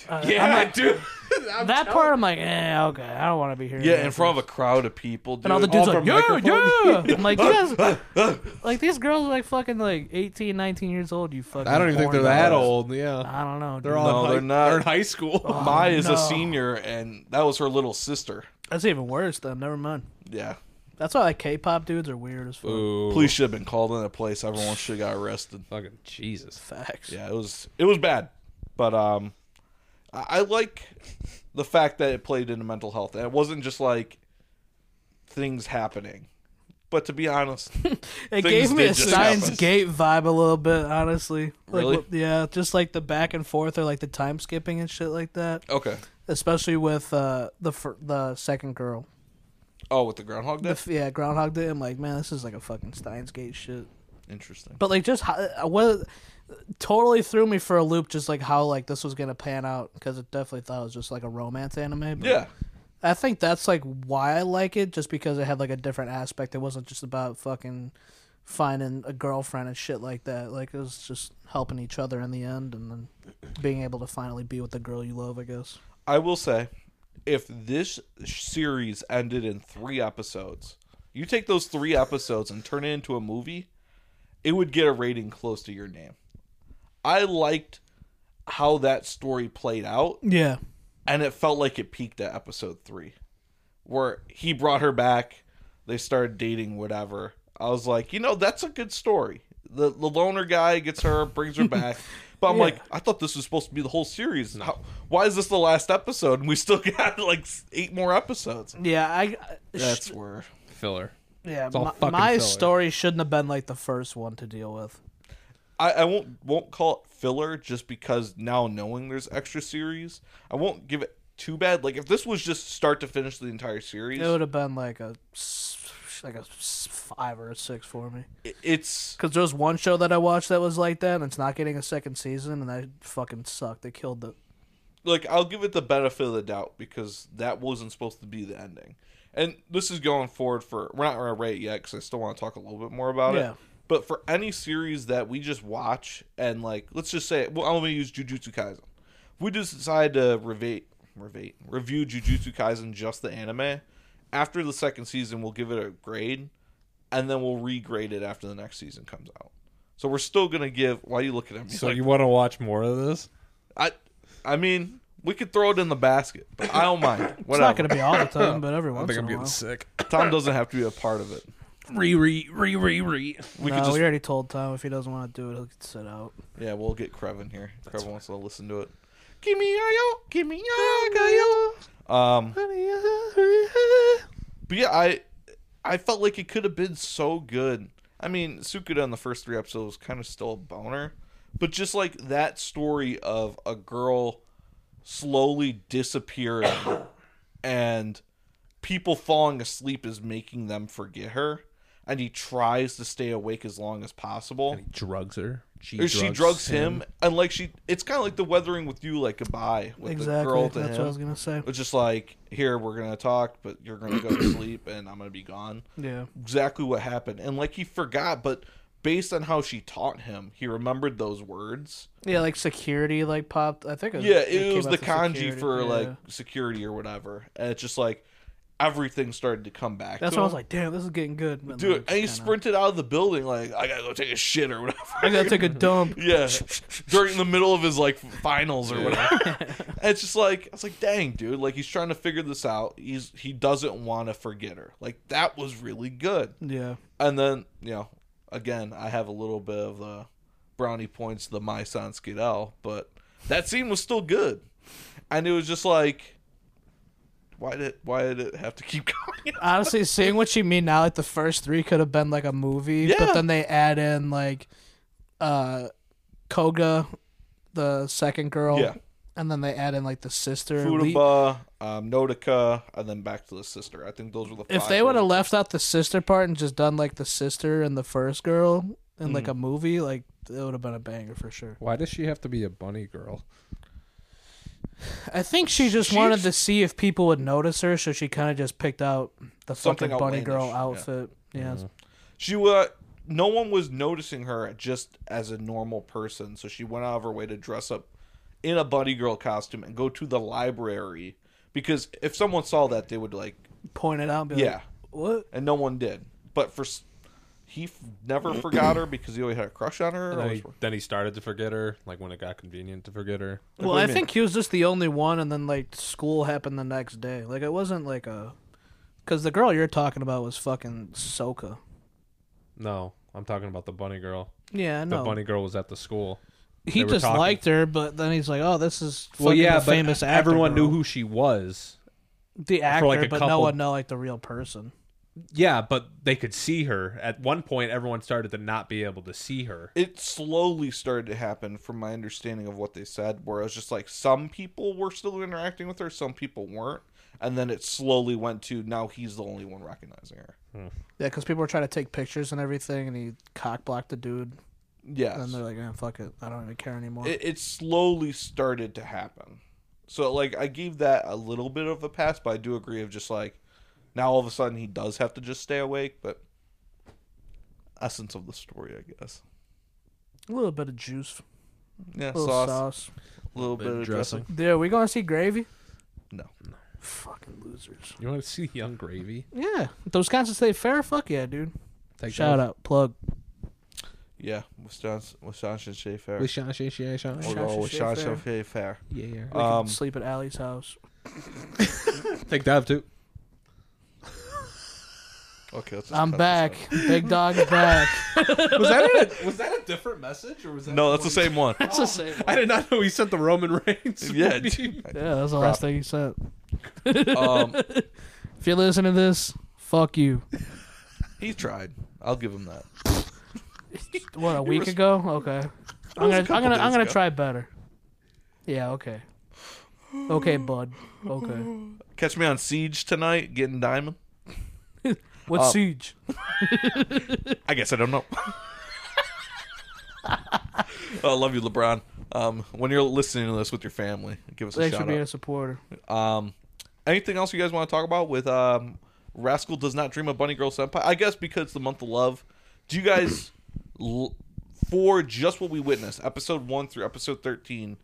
Speaker 3: Uh, I'm like,
Speaker 4: dude.
Speaker 3: that part. I'm like, eh, okay, I don't want to be here.
Speaker 2: yeah, in front of a crowd of people, dude.
Speaker 3: And all the dudes
Speaker 4: Off
Speaker 3: like,
Speaker 4: a
Speaker 3: yeah,
Speaker 4: microphone.
Speaker 3: yeah. I'm like, you guys, like these girls are like fucking like 18, 19 years old. You fucking.
Speaker 4: I don't even think they're
Speaker 3: porn
Speaker 4: that
Speaker 3: dogs.
Speaker 4: old. Yeah,
Speaker 3: I don't know. Dude.
Speaker 4: they're all
Speaker 2: No,
Speaker 4: in high,
Speaker 2: they're not.
Speaker 4: They're in high school.
Speaker 2: Mai is
Speaker 3: Oh, no.
Speaker 2: a senior, and that was her little sister.
Speaker 3: That's even worse. Then never mind.
Speaker 2: Yeah.
Speaker 3: That's why like K-pop dudes are weird as fuck.
Speaker 4: Ooh,
Speaker 2: Police should have been called in a place. Everyone should have got arrested.
Speaker 4: fucking Jesus.
Speaker 3: Facts.
Speaker 2: Yeah, it was it was bad, but um, I, I like the fact that it played into mental health and it wasn't just like things happening. But to be honest,
Speaker 3: It
Speaker 2: Things
Speaker 3: gave me
Speaker 2: did
Speaker 3: a
Speaker 2: just
Speaker 3: Steins
Speaker 2: happen.
Speaker 3: Gate vibe a little bit, honestly. Like,
Speaker 2: Really?
Speaker 3: wh- Yeah, just like the back and forth or like the time skipping and shit like that.
Speaker 2: okay.
Speaker 3: Especially with uh, the fir- the second girl.
Speaker 2: Oh, with the groundhog
Speaker 3: The
Speaker 2: day.
Speaker 3: f- yeah, Groundhog Day. I'm like, man, this is like a fucking Steins Gate shit.
Speaker 2: Interesting.
Speaker 3: But like, just how, uh, what totally threw me for a loop, just like how like this was gonna pan out because it definitely thought it was just like a romance anime. But
Speaker 2: Yeah,
Speaker 3: I think that's like why I like it, just because it had like a different aspect. It wasn't just about fucking finding a girlfriend and shit like that. Like it was just helping each other in the end, and then being able to finally be with the girl you love. I guess.
Speaker 2: I will say, if this series ended in three episodes, you take those three episodes and turn it into a movie, it would get a rating close to your name. I liked how that story played out.
Speaker 3: Yeah.
Speaker 2: and it felt like it peaked at episode three, where he brought her back. They started dating, whatever. I was like, you know, that's a good story. The the loner guy gets her, brings her back. But I'm like, I thought this was supposed to be the whole series. How, why is this the last episode? And we still got like s- eight more episodes.
Speaker 3: Yeah. I. uh,
Speaker 2: That's where.
Speaker 4: Filler.
Speaker 3: yeah.
Speaker 4: all
Speaker 3: My,
Speaker 4: fucking
Speaker 3: my
Speaker 4: filler.
Speaker 3: story shouldn't have been like the first one to deal with.
Speaker 2: I, I won't won't call it filler just because now knowing there's extra series, I won't give it too bad. Like if this was just start to finish the entire series,
Speaker 3: It would have been like a s- like a s- five or a six for me.
Speaker 2: it- it's
Speaker 3: Because there was one show that I watched that was like that, and it's not getting a second season, and that fucking sucked. They killed it.
Speaker 2: like I'll give it the benefit of the doubt because that wasn't supposed to be the ending. And this is going forward for we're not right yet because I still want to talk a little bit more about
Speaker 3: Yeah.
Speaker 2: it. But for any series that we just watch and like, let's just say, well, I'm gonna use Jujutsu Kaisen. If we just decide to revate, revate, review Jujutsu Kaisen just the anime. After the second season, we'll give it a grade, and then we'll regrade it after the next season comes out. So we're still gonna give. Why are you looking at me?
Speaker 4: So
Speaker 2: like
Speaker 4: you want to watch more of this?
Speaker 2: I, I mean, we could throw it in the basket, but I don't mind. Whatever.
Speaker 3: It's not going to be all the time, but every
Speaker 4: I
Speaker 3: once
Speaker 4: think
Speaker 3: in
Speaker 4: I'm
Speaker 3: a
Speaker 4: getting
Speaker 3: while.
Speaker 4: sick.
Speaker 2: Tom doesn't have to be a part of it.
Speaker 4: Re re re re re.
Speaker 2: We
Speaker 3: no,
Speaker 2: could just,
Speaker 3: we already told Tom if he doesn't want to do it, he'll get sit out.
Speaker 2: yeah, we'll get Krevin here. Krevin wants to listen to it. Give me your yo, give me your yo. Um, but yeah, I, I felt like it could have been so good. I mean, Sukuda in the first three episodes was kind of still a boner, but just like that story of a girl slowly disappearing and people falling asleep is making them forget her, and he tries to stay awake as long as possible.
Speaker 4: drugs her.
Speaker 2: Or she drugs him, and like she, it's kind of like the weathering with you, like goodbye with the
Speaker 3: exactly.
Speaker 2: girl
Speaker 3: That's
Speaker 2: to
Speaker 3: what
Speaker 2: him.
Speaker 3: I was gonna say.
Speaker 2: It's just like here we're gonna talk, but you're gonna go to sleep, and I'm gonna be gone.
Speaker 3: Yeah.
Speaker 2: Exactly what happened, and like he forgot, but based on how she taught him, he remembered those words.
Speaker 3: Yeah, like security like popped. I think. It
Speaker 2: Yeah,
Speaker 3: it
Speaker 2: it,
Speaker 3: came
Speaker 2: was
Speaker 3: out
Speaker 2: the
Speaker 3: to
Speaker 2: kanji
Speaker 3: security,
Speaker 2: for
Speaker 3: yeah.
Speaker 2: like security or whatever, and it's just like everything started to come back.
Speaker 3: That's
Speaker 2: to
Speaker 3: when I
Speaker 2: him.
Speaker 3: was like, damn, this is getting good. And
Speaker 2: Dude,
Speaker 3: then
Speaker 2: and he
Speaker 3: just kinda-
Speaker 2: sprinted out of the building like I gotta go take a shit or whatever.
Speaker 3: I gotta take a dump.
Speaker 2: Yeah, during the middle of his like finals or whatever. And it's just like I was like, dang, dude, like he's trying to figure this out. He's he doesn't want to forget her. Like that was really good.
Speaker 3: Yeah.
Speaker 2: And then you know, again, I have a little bit of the brownie points to the my son Skidell, but that scene was still good, and it was just like. Why did why did it have to keep going?
Speaker 3: Honestly, seeing what you mean now, like the first three could have been like a movie,
Speaker 2: Yeah.
Speaker 3: but then they add in like uh Koga, the second girl,
Speaker 2: Yeah.
Speaker 3: and then they add in like the sister. Lee-
Speaker 2: Futaba, um, Nodoka, and then back to the sister. I think those were the.
Speaker 3: if
Speaker 2: five
Speaker 3: they would have
Speaker 2: ones.
Speaker 3: left out the sister part and just done like the sister and the first girl in like a movie, like it would have been a banger for sure.
Speaker 4: Why does she have to be a bunny girl?
Speaker 3: I think she just wanted to see if people would notice her, so she kind of just picked out the
Speaker 2: Something
Speaker 3: fucking bunny girl
Speaker 2: outlandish,
Speaker 3: outfit. Yeah,
Speaker 4: Mm-hmm.
Speaker 2: She uh, no one was noticing her just as a normal person, so she went out of her way to dress up in a bunny girl costume and go to the library because if someone saw that, they would like,
Speaker 3: point it out. And be
Speaker 2: yeah,
Speaker 3: Like, what?
Speaker 2: and no one did. But for s- he f- never forgot her because he always had a crush on her.
Speaker 4: Then
Speaker 2: Always-
Speaker 4: he, then he started to forget her, like when it got convenient to forget her.
Speaker 3: Well,
Speaker 2: do you
Speaker 3: I
Speaker 2: mean?
Speaker 3: think he was just the only one, and then like school happened the next day. Like it wasn't like a, because the girl you're talking about was fucking Soka.
Speaker 4: No, I'm talking about the bunny girl.
Speaker 3: Yeah, I
Speaker 4: The
Speaker 3: know.
Speaker 4: bunny girl was at the school.
Speaker 3: he
Speaker 4: they were
Speaker 3: just
Speaker 4: talking.
Speaker 3: liked her, but then he's like, "Oh, this is fucking
Speaker 4: Well, yeah,
Speaker 3: the famous
Speaker 4: but
Speaker 3: actor
Speaker 4: everyone
Speaker 3: girl."
Speaker 4: knew who she was.
Speaker 3: the actor,
Speaker 4: like, a
Speaker 3: but no
Speaker 4: couple-
Speaker 3: one know like the real person.
Speaker 4: Yeah, but they could see her. At one point, everyone started to not be able to see her.
Speaker 2: it slowly started to happen from my understanding of what they said where it was just like some people were still interacting with her some people weren't and then it slowly went to now he's the only one recognizing her
Speaker 3: Yeah, because people were trying to take pictures and everything, and he cock blocked the dude,
Speaker 2: yes
Speaker 3: and they're like, "Eh, fuck it, I don't even care anymore."
Speaker 2: it, it slowly started to happen. So like I gave that a little bit of a pass, but I do agree of just like now all of a sudden he does have to just stay awake, but essence of the story, I guess.
Speaker 3: a little bit of juice,
Speaker 2: Yeah,
Speaker 3: a little
Speaker 2: sauce,
Speaker 3: sauce.
Speaker 2: a little bit of dressing.
Speaker 3: Yeah, we going to see Gravy?
Speaker 2: No.
Speaker 3: Fucking losers.
Speaker 4: You want to see Young Gravy?
Speaker 3: Yeah, the Wisconsin State Fair. Fuck yeah, dude.
Speaker 4: Take
Speaker 3: Shout out, plug.
Speaker 2: Yeah, Wisconsin, Wisconsin Shea Fair. We'll
Speaker 4: out.
Speaker 2: go
Speaker 3: Wisconsin Shea
Speaker 2: Wisconsin
Speaker 3: Fair.
Speaker 2: Shea Fair.
Speaker 4: Yeah.
Speaker 3: We can
Speaker 2: Um,
Speaker 3: sleep at Allie's house.
Speaker 4: Take that too.
Speaker 2: Okay, let's just
Speaker 3: I'm
Speaker 2: cut this
Speaker 3: back. Big dog's back.
Speaker 4: Was that a, was that a different message or was
Speaker 2: out.
Speaker 4: that?
Speaker 2: No, that's the same one.
Speaker 3: That's the same.
Speaker 4: I did not know he sent the Roman Reigns.
Speaker 2: Yeah,
Speaker 3: Yeah, that's the last thing he said.
Speaker 2: um,
Speaker 3: If you listen to this, fuck you.
Speaker 2: he tried. I'll give him that.
Speaker 3: What a week ago? Okay. I'm
Speaker 2: was a
Speaker 3: gonna, I'm
Speaker 2: couple
Speaker 3: gonna,
Speaker 2: days
Speaker 3: I'm gonna
Speaker 2: ago.
Speaker 3: try better. Yeah. Okay. Okay, bud. Okay.
Speaker 2: Catch me on Siege tonight, getting diamond. Uh,
Speaker 3: What siege?
Speaker 2: I guess I don't know. Oh, I love you, LeBron. Um, when you're listening to this with your family, give us a
Speaker 3: Thanks for
Speaker 2: shout
Speaker 3: being a
Speaker 2: out.
Speaker 3: supporter.
Speaker 2: Um, anything else you guys want to talk about with um, Rascal Does Not Dream of Bunny Girl Senpai? I guess because it's the month of love. Do you guys, l- for just what we witnessed, episode 1 through episode 13,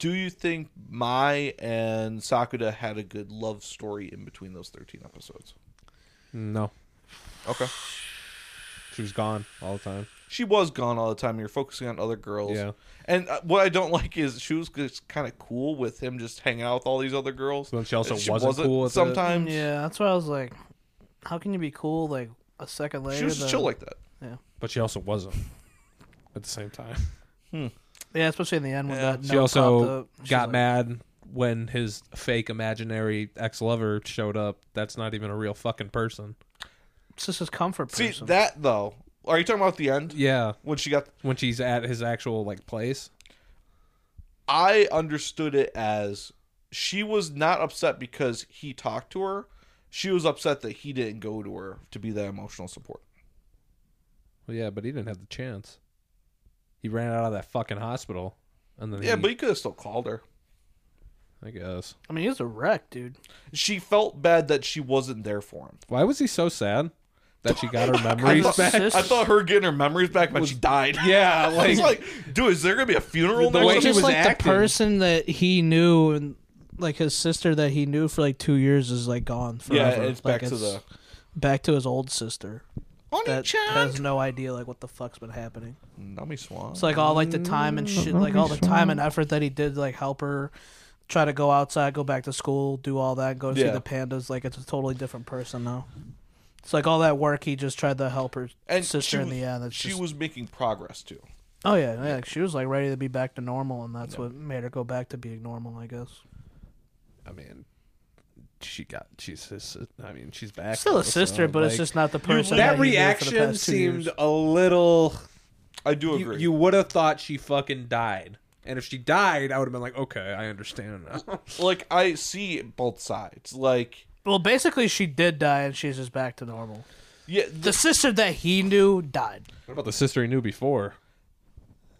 Speaker 2: do you think Mai and Sakuda had a good love story in between those 13 episodes?
Speaker 4: No,
Speaker 2: Okay.
Speaker 4: she was gone all the time.
Speaker 2: she was gone all the time. You're focusing on other girls.
Speaker 4: Yeah.
Speaker 2: And uh, what I don't like is she was just kind of cool with him just hanging out with all these other girls.
Speaker 4: But she also
Speaker 2: And
Speaker 4: wasn't cool with it.
Speaker 2: sometimes.
Speaker 3: Yeah, that's why I was like, how can you be cool like a second later?
Speaker 2: She was
Speaker 3: than-
Speaker 2: just chill like that.
Speaker 4: But she also wasn't. At the same time,
Speaker 3: Yeah, especially in the end when
Speaker 2: Yeah.
Speaker 3: that.
Speaker 4: she
Speaker 3: note popped
Speaker 4: also
Speaker 3: up. She's
Speaker 4: got
Speaker 3: like,
Speaker 4: mad when his fake imaginary ex-lover showed up. That's not even a real fucking person.
Speaker 3: It's just his comfort
Speaker 2: See
Speaker 3: person.
Speaker 2: that though? Are you talking about the end
Speaker 5: Yeah,
Speaker 2: when she got?
Speaker 5: when she's at his actual like place.
Speaker 2: I understood it as she was not upset because he talked to her. She was upset that he didn't go to her to be that emotional support.
Speaker 5: Well, yeah, but he didn't have the chance. He ran out of that fucking hospital, and then
Speaker 2: Yeah,
Speaker 5: he-
Speaker 2: but he could have still called her.
Speaker 5: I guess
Speaker 3: I mean, he was a wreck, dude.
Speaker 2: She felt bad that she wasn't there for him.
Speaker 5: why was he so sad that she got her memories
Speaker 3: thought-
Speaker 5: back?
Speaker 3: Sis-
Speaker 2: I thought her getting her memories back meant she died.
Speaker 5: Yeah,
Speaker 2: I
Speaker 5: like,
Speaker 2: was like, dude, is there gonna be a funeral
Speaker 5: The
Speaker 2: next
Speaker 5: way
Speaker 2: week?
Speaker 5: he
Speaker 3: just
Speaker 5: was
Speaker 3: like the
Speaker 5: acting.
Speaker 3: person that he knew and like his sister that he knew for like two years is like gone
Speaker 2: Yeah,
Speaker 3: forever.
Speaker 2: it's
Speaker 3: Like,
Speaker 2: back to the
Speaker 3: back to his old sister that
Speaker 2: Oni-chan.
Speaker 3: has no idea like what the fuck's been happening.
Speaker 2: Nummy Swan.
Speaker 3: It's like all like the time and shit, like all the time and effort that he did to, like help her try to go outside, go back to school, do all that, go see
Speaker 2: Yeah.
Speaker 3: the pandas. Like it's a totally different person now. It's like all that work he just tried to help her
Speaker 2: and
Speaker 3: sister
Speaker 2: she
Speaker 3: in the
Speaker 2: was-
Speaker 3: end. That's
Speaker 2: she
Speaker 3: just,
Speaker 2: was making progress too.
Speaker 3: oh yeah, yeah. She was like ready to be back to normal, and that's what made her go back to being normal, I guess.
Speaker 5: I mean, she got she's his. I mean, she's back.
Speaker 3: Still
Speaker 5: now,
Speaker 3: a sister,
Speaker 5: so,
Speaker 3: but it's
Speaker 5: like,
Speaker 3: just not the person
Speaker 4: uh, that
Speaker 3: you knew for the
Speaker 4: reaction
Speaker 3: past two
Speaker 4: seemed
Speaker 3: years.
Speaker 4: a little.
Speaker 2: I do
Speaker 4: You,
Speaker 2: agree.
Speaker 4: you would have thought she fucking died, and if she died, I would have been like, okay, I understand now.
Speaker 2: like I see both sides. Like
Speaker 3: Well, basically, she did die, and she's just back to normal.
Speaker 2: yeah, th-
Speaker 3: The sister that he knew died.
Speaker 5: What about the sister he knew before?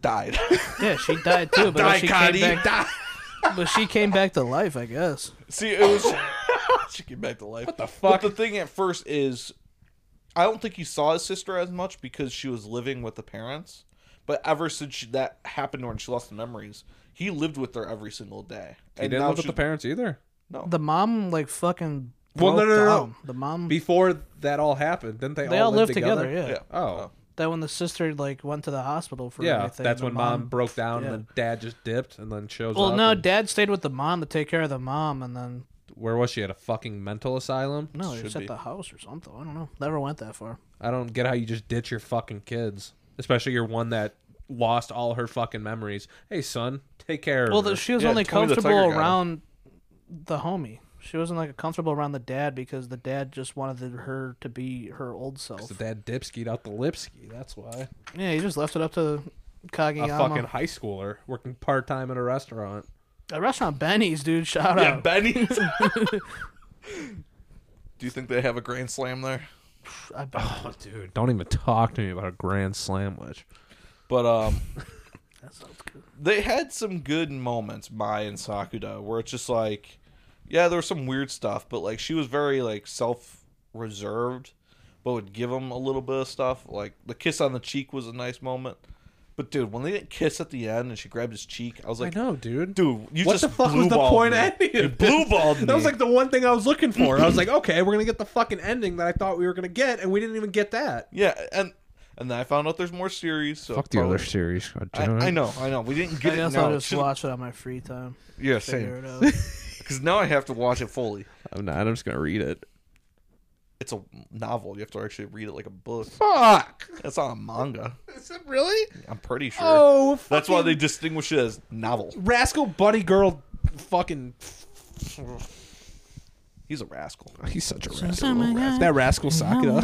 Speaker 2: died.
Speaker 3: Yeah, she died too, but
Speaker 4: die,
Speaker 3: she
Speaker 4: Connie,
Speaker 3: came back.
Speaker 4: die.
Speaker 3: But she came back to life, I guess.
Speaker 2: see, it was she came back to life. What the
Speaker 4: fuck?
Speaker 2: But the thing at first is, I don't think he saw his sister as much because she was living with the parents. But ever since she, that happened when she lost the memories, he lived with her every single day.
Speaker 5: He didn't live with the parents either.
Speaker 3: The mom like fucking.
Speaker 4: Well,
Speaker 3: Well,
Speaker 4: no, no, no, no.
Speaker 3: The mom.
Speaker 4: Before that all happened, didn't they,
Speaker 3: they all
Speaker 4: all live
Speaker 3: lived together. yeah.
Speaker 2: Yeah.
Speaker 5: Oh,
Speaker 3: That when the sister like went to the hospital for
Speaker 4: Yeah,
Speaker 3: everything.
Speaker 4: that's
Speaker 3: the
Speaker 4: when mom, broke down,
Speaker 3: yeah.
Speaker 4: and then dad just dipped, and then shows
Speaker 3: Well,
Speaker 4: up.
Speaker 3: no,
Speaker 4: and-
Speaker 3: dad stayed with the mom to take care of the mom, and then
Speaker 4: where was she at a fucking mental asylum?
Speaker 3: no, he was
Speaker 2: Should
Speaker 3: at
Speaker 2: be.
Speaker 3: the house or something. I don't know. Never went that far.
Speaker 4: I don't get how you just ditch your fucking kids, especially your one that lost all her fucking memories. Hey, son, take care.
Speaker 3: Well,
Speaker 4: of her.
Speaker 3: the, she was
Speaker 2: Yeah,
Speaker 3: only
Speaker 2: Tony the Tiger
Speaker 3: comfortable
Speaker 2: guy.
Speaker 3: around the homie. She wasn't like comfortable around the dad because the dad just wanted her to be her old self.
Speaker 4: the dad dipskied out the lipski. That's why
Speaker 3: Yeah, he just left it up to
Speaker 4: a
Speaker 3: Kageyama.
Speaker 4: fucking high schooler working part time at a restaurant.
Speaker 3: A restaurant Benny's, dude. Shout
Speaker 2: Yeah,
Speaker 3: out.
Speaker 2: Benny. do you think they have a grand slam there?
Speaker 3: I bet.
Speaker 4: Oh, dude, don't even talk to me about a grand sandwich.
Speaker 2: But um,
Speaker 3: That sounds good.
Speaker 2: they had some good moments, Mai and Sakuda, where it's just like, yeah, there was some weird stuff, but like she was very like self reserved, but would give him a little bit of stuff. Like the kiss on the cheek was a nice moment. But dude, when they didn't kiss at the end and she grabbed his cheek, I was
Speaker 4: I
Speaker 2: like,
Speaker 4: know, dude.
Speaker 2: dude, you
Speaker 4: what
Speaker 2: just
Speaker 4: the fuck was the
Speaker 2: blue-balled
Speaker 4: point
Speaker 2: me.
Speaker 4: of any
Speaker 2: You
Speaker 4: of this?
Speaker 2: blue balled me.
Speaker 4: That was like the one thing I was looking for. I was like, okay, we're gonna get the fucking ending that I thought we were gonna get, and we didn't even get that.
Speaker 2: yeah, and and then I found out there's more series. So probably-
Speaker 4: series.
Speaker 2: Oh. I, I know, I know. We didn't
Speaker 3: I
Speaker 2: get it
Speaker 3: guess
Speaker 2: now.
Speaker 3: I'll just
Speaker 2: Should've-
Speaker 3: watch it on my free time.
Speaker 2: Yeah,
Speaker 3: Figure
Speaker 2: same.
Speaker 3: it out.
Speaker 2: Because now I have to watch it fully.
Speaker 5: I'm not. I'm just gonna read it.
Speaker 2: It's a novel. You have to actually read it like a book.
Speaker 4: Fuck.
Speaker 2: That's not a manga.
Speaker 4: Is it really?
Speaker 2: I'm pretty sure.
Speaker 4: Oh,
Speaker 2: That's why they
Speaker 4: fucking
Speaker 2: distinguish it as novel.
Speaker 4: rascal buddy girl. Fucking
Speaker 2: He's a rascal.
Speaker 5: He's such a
Speaker 3: Oh my God.
Speaker 4: that rascal Sakura.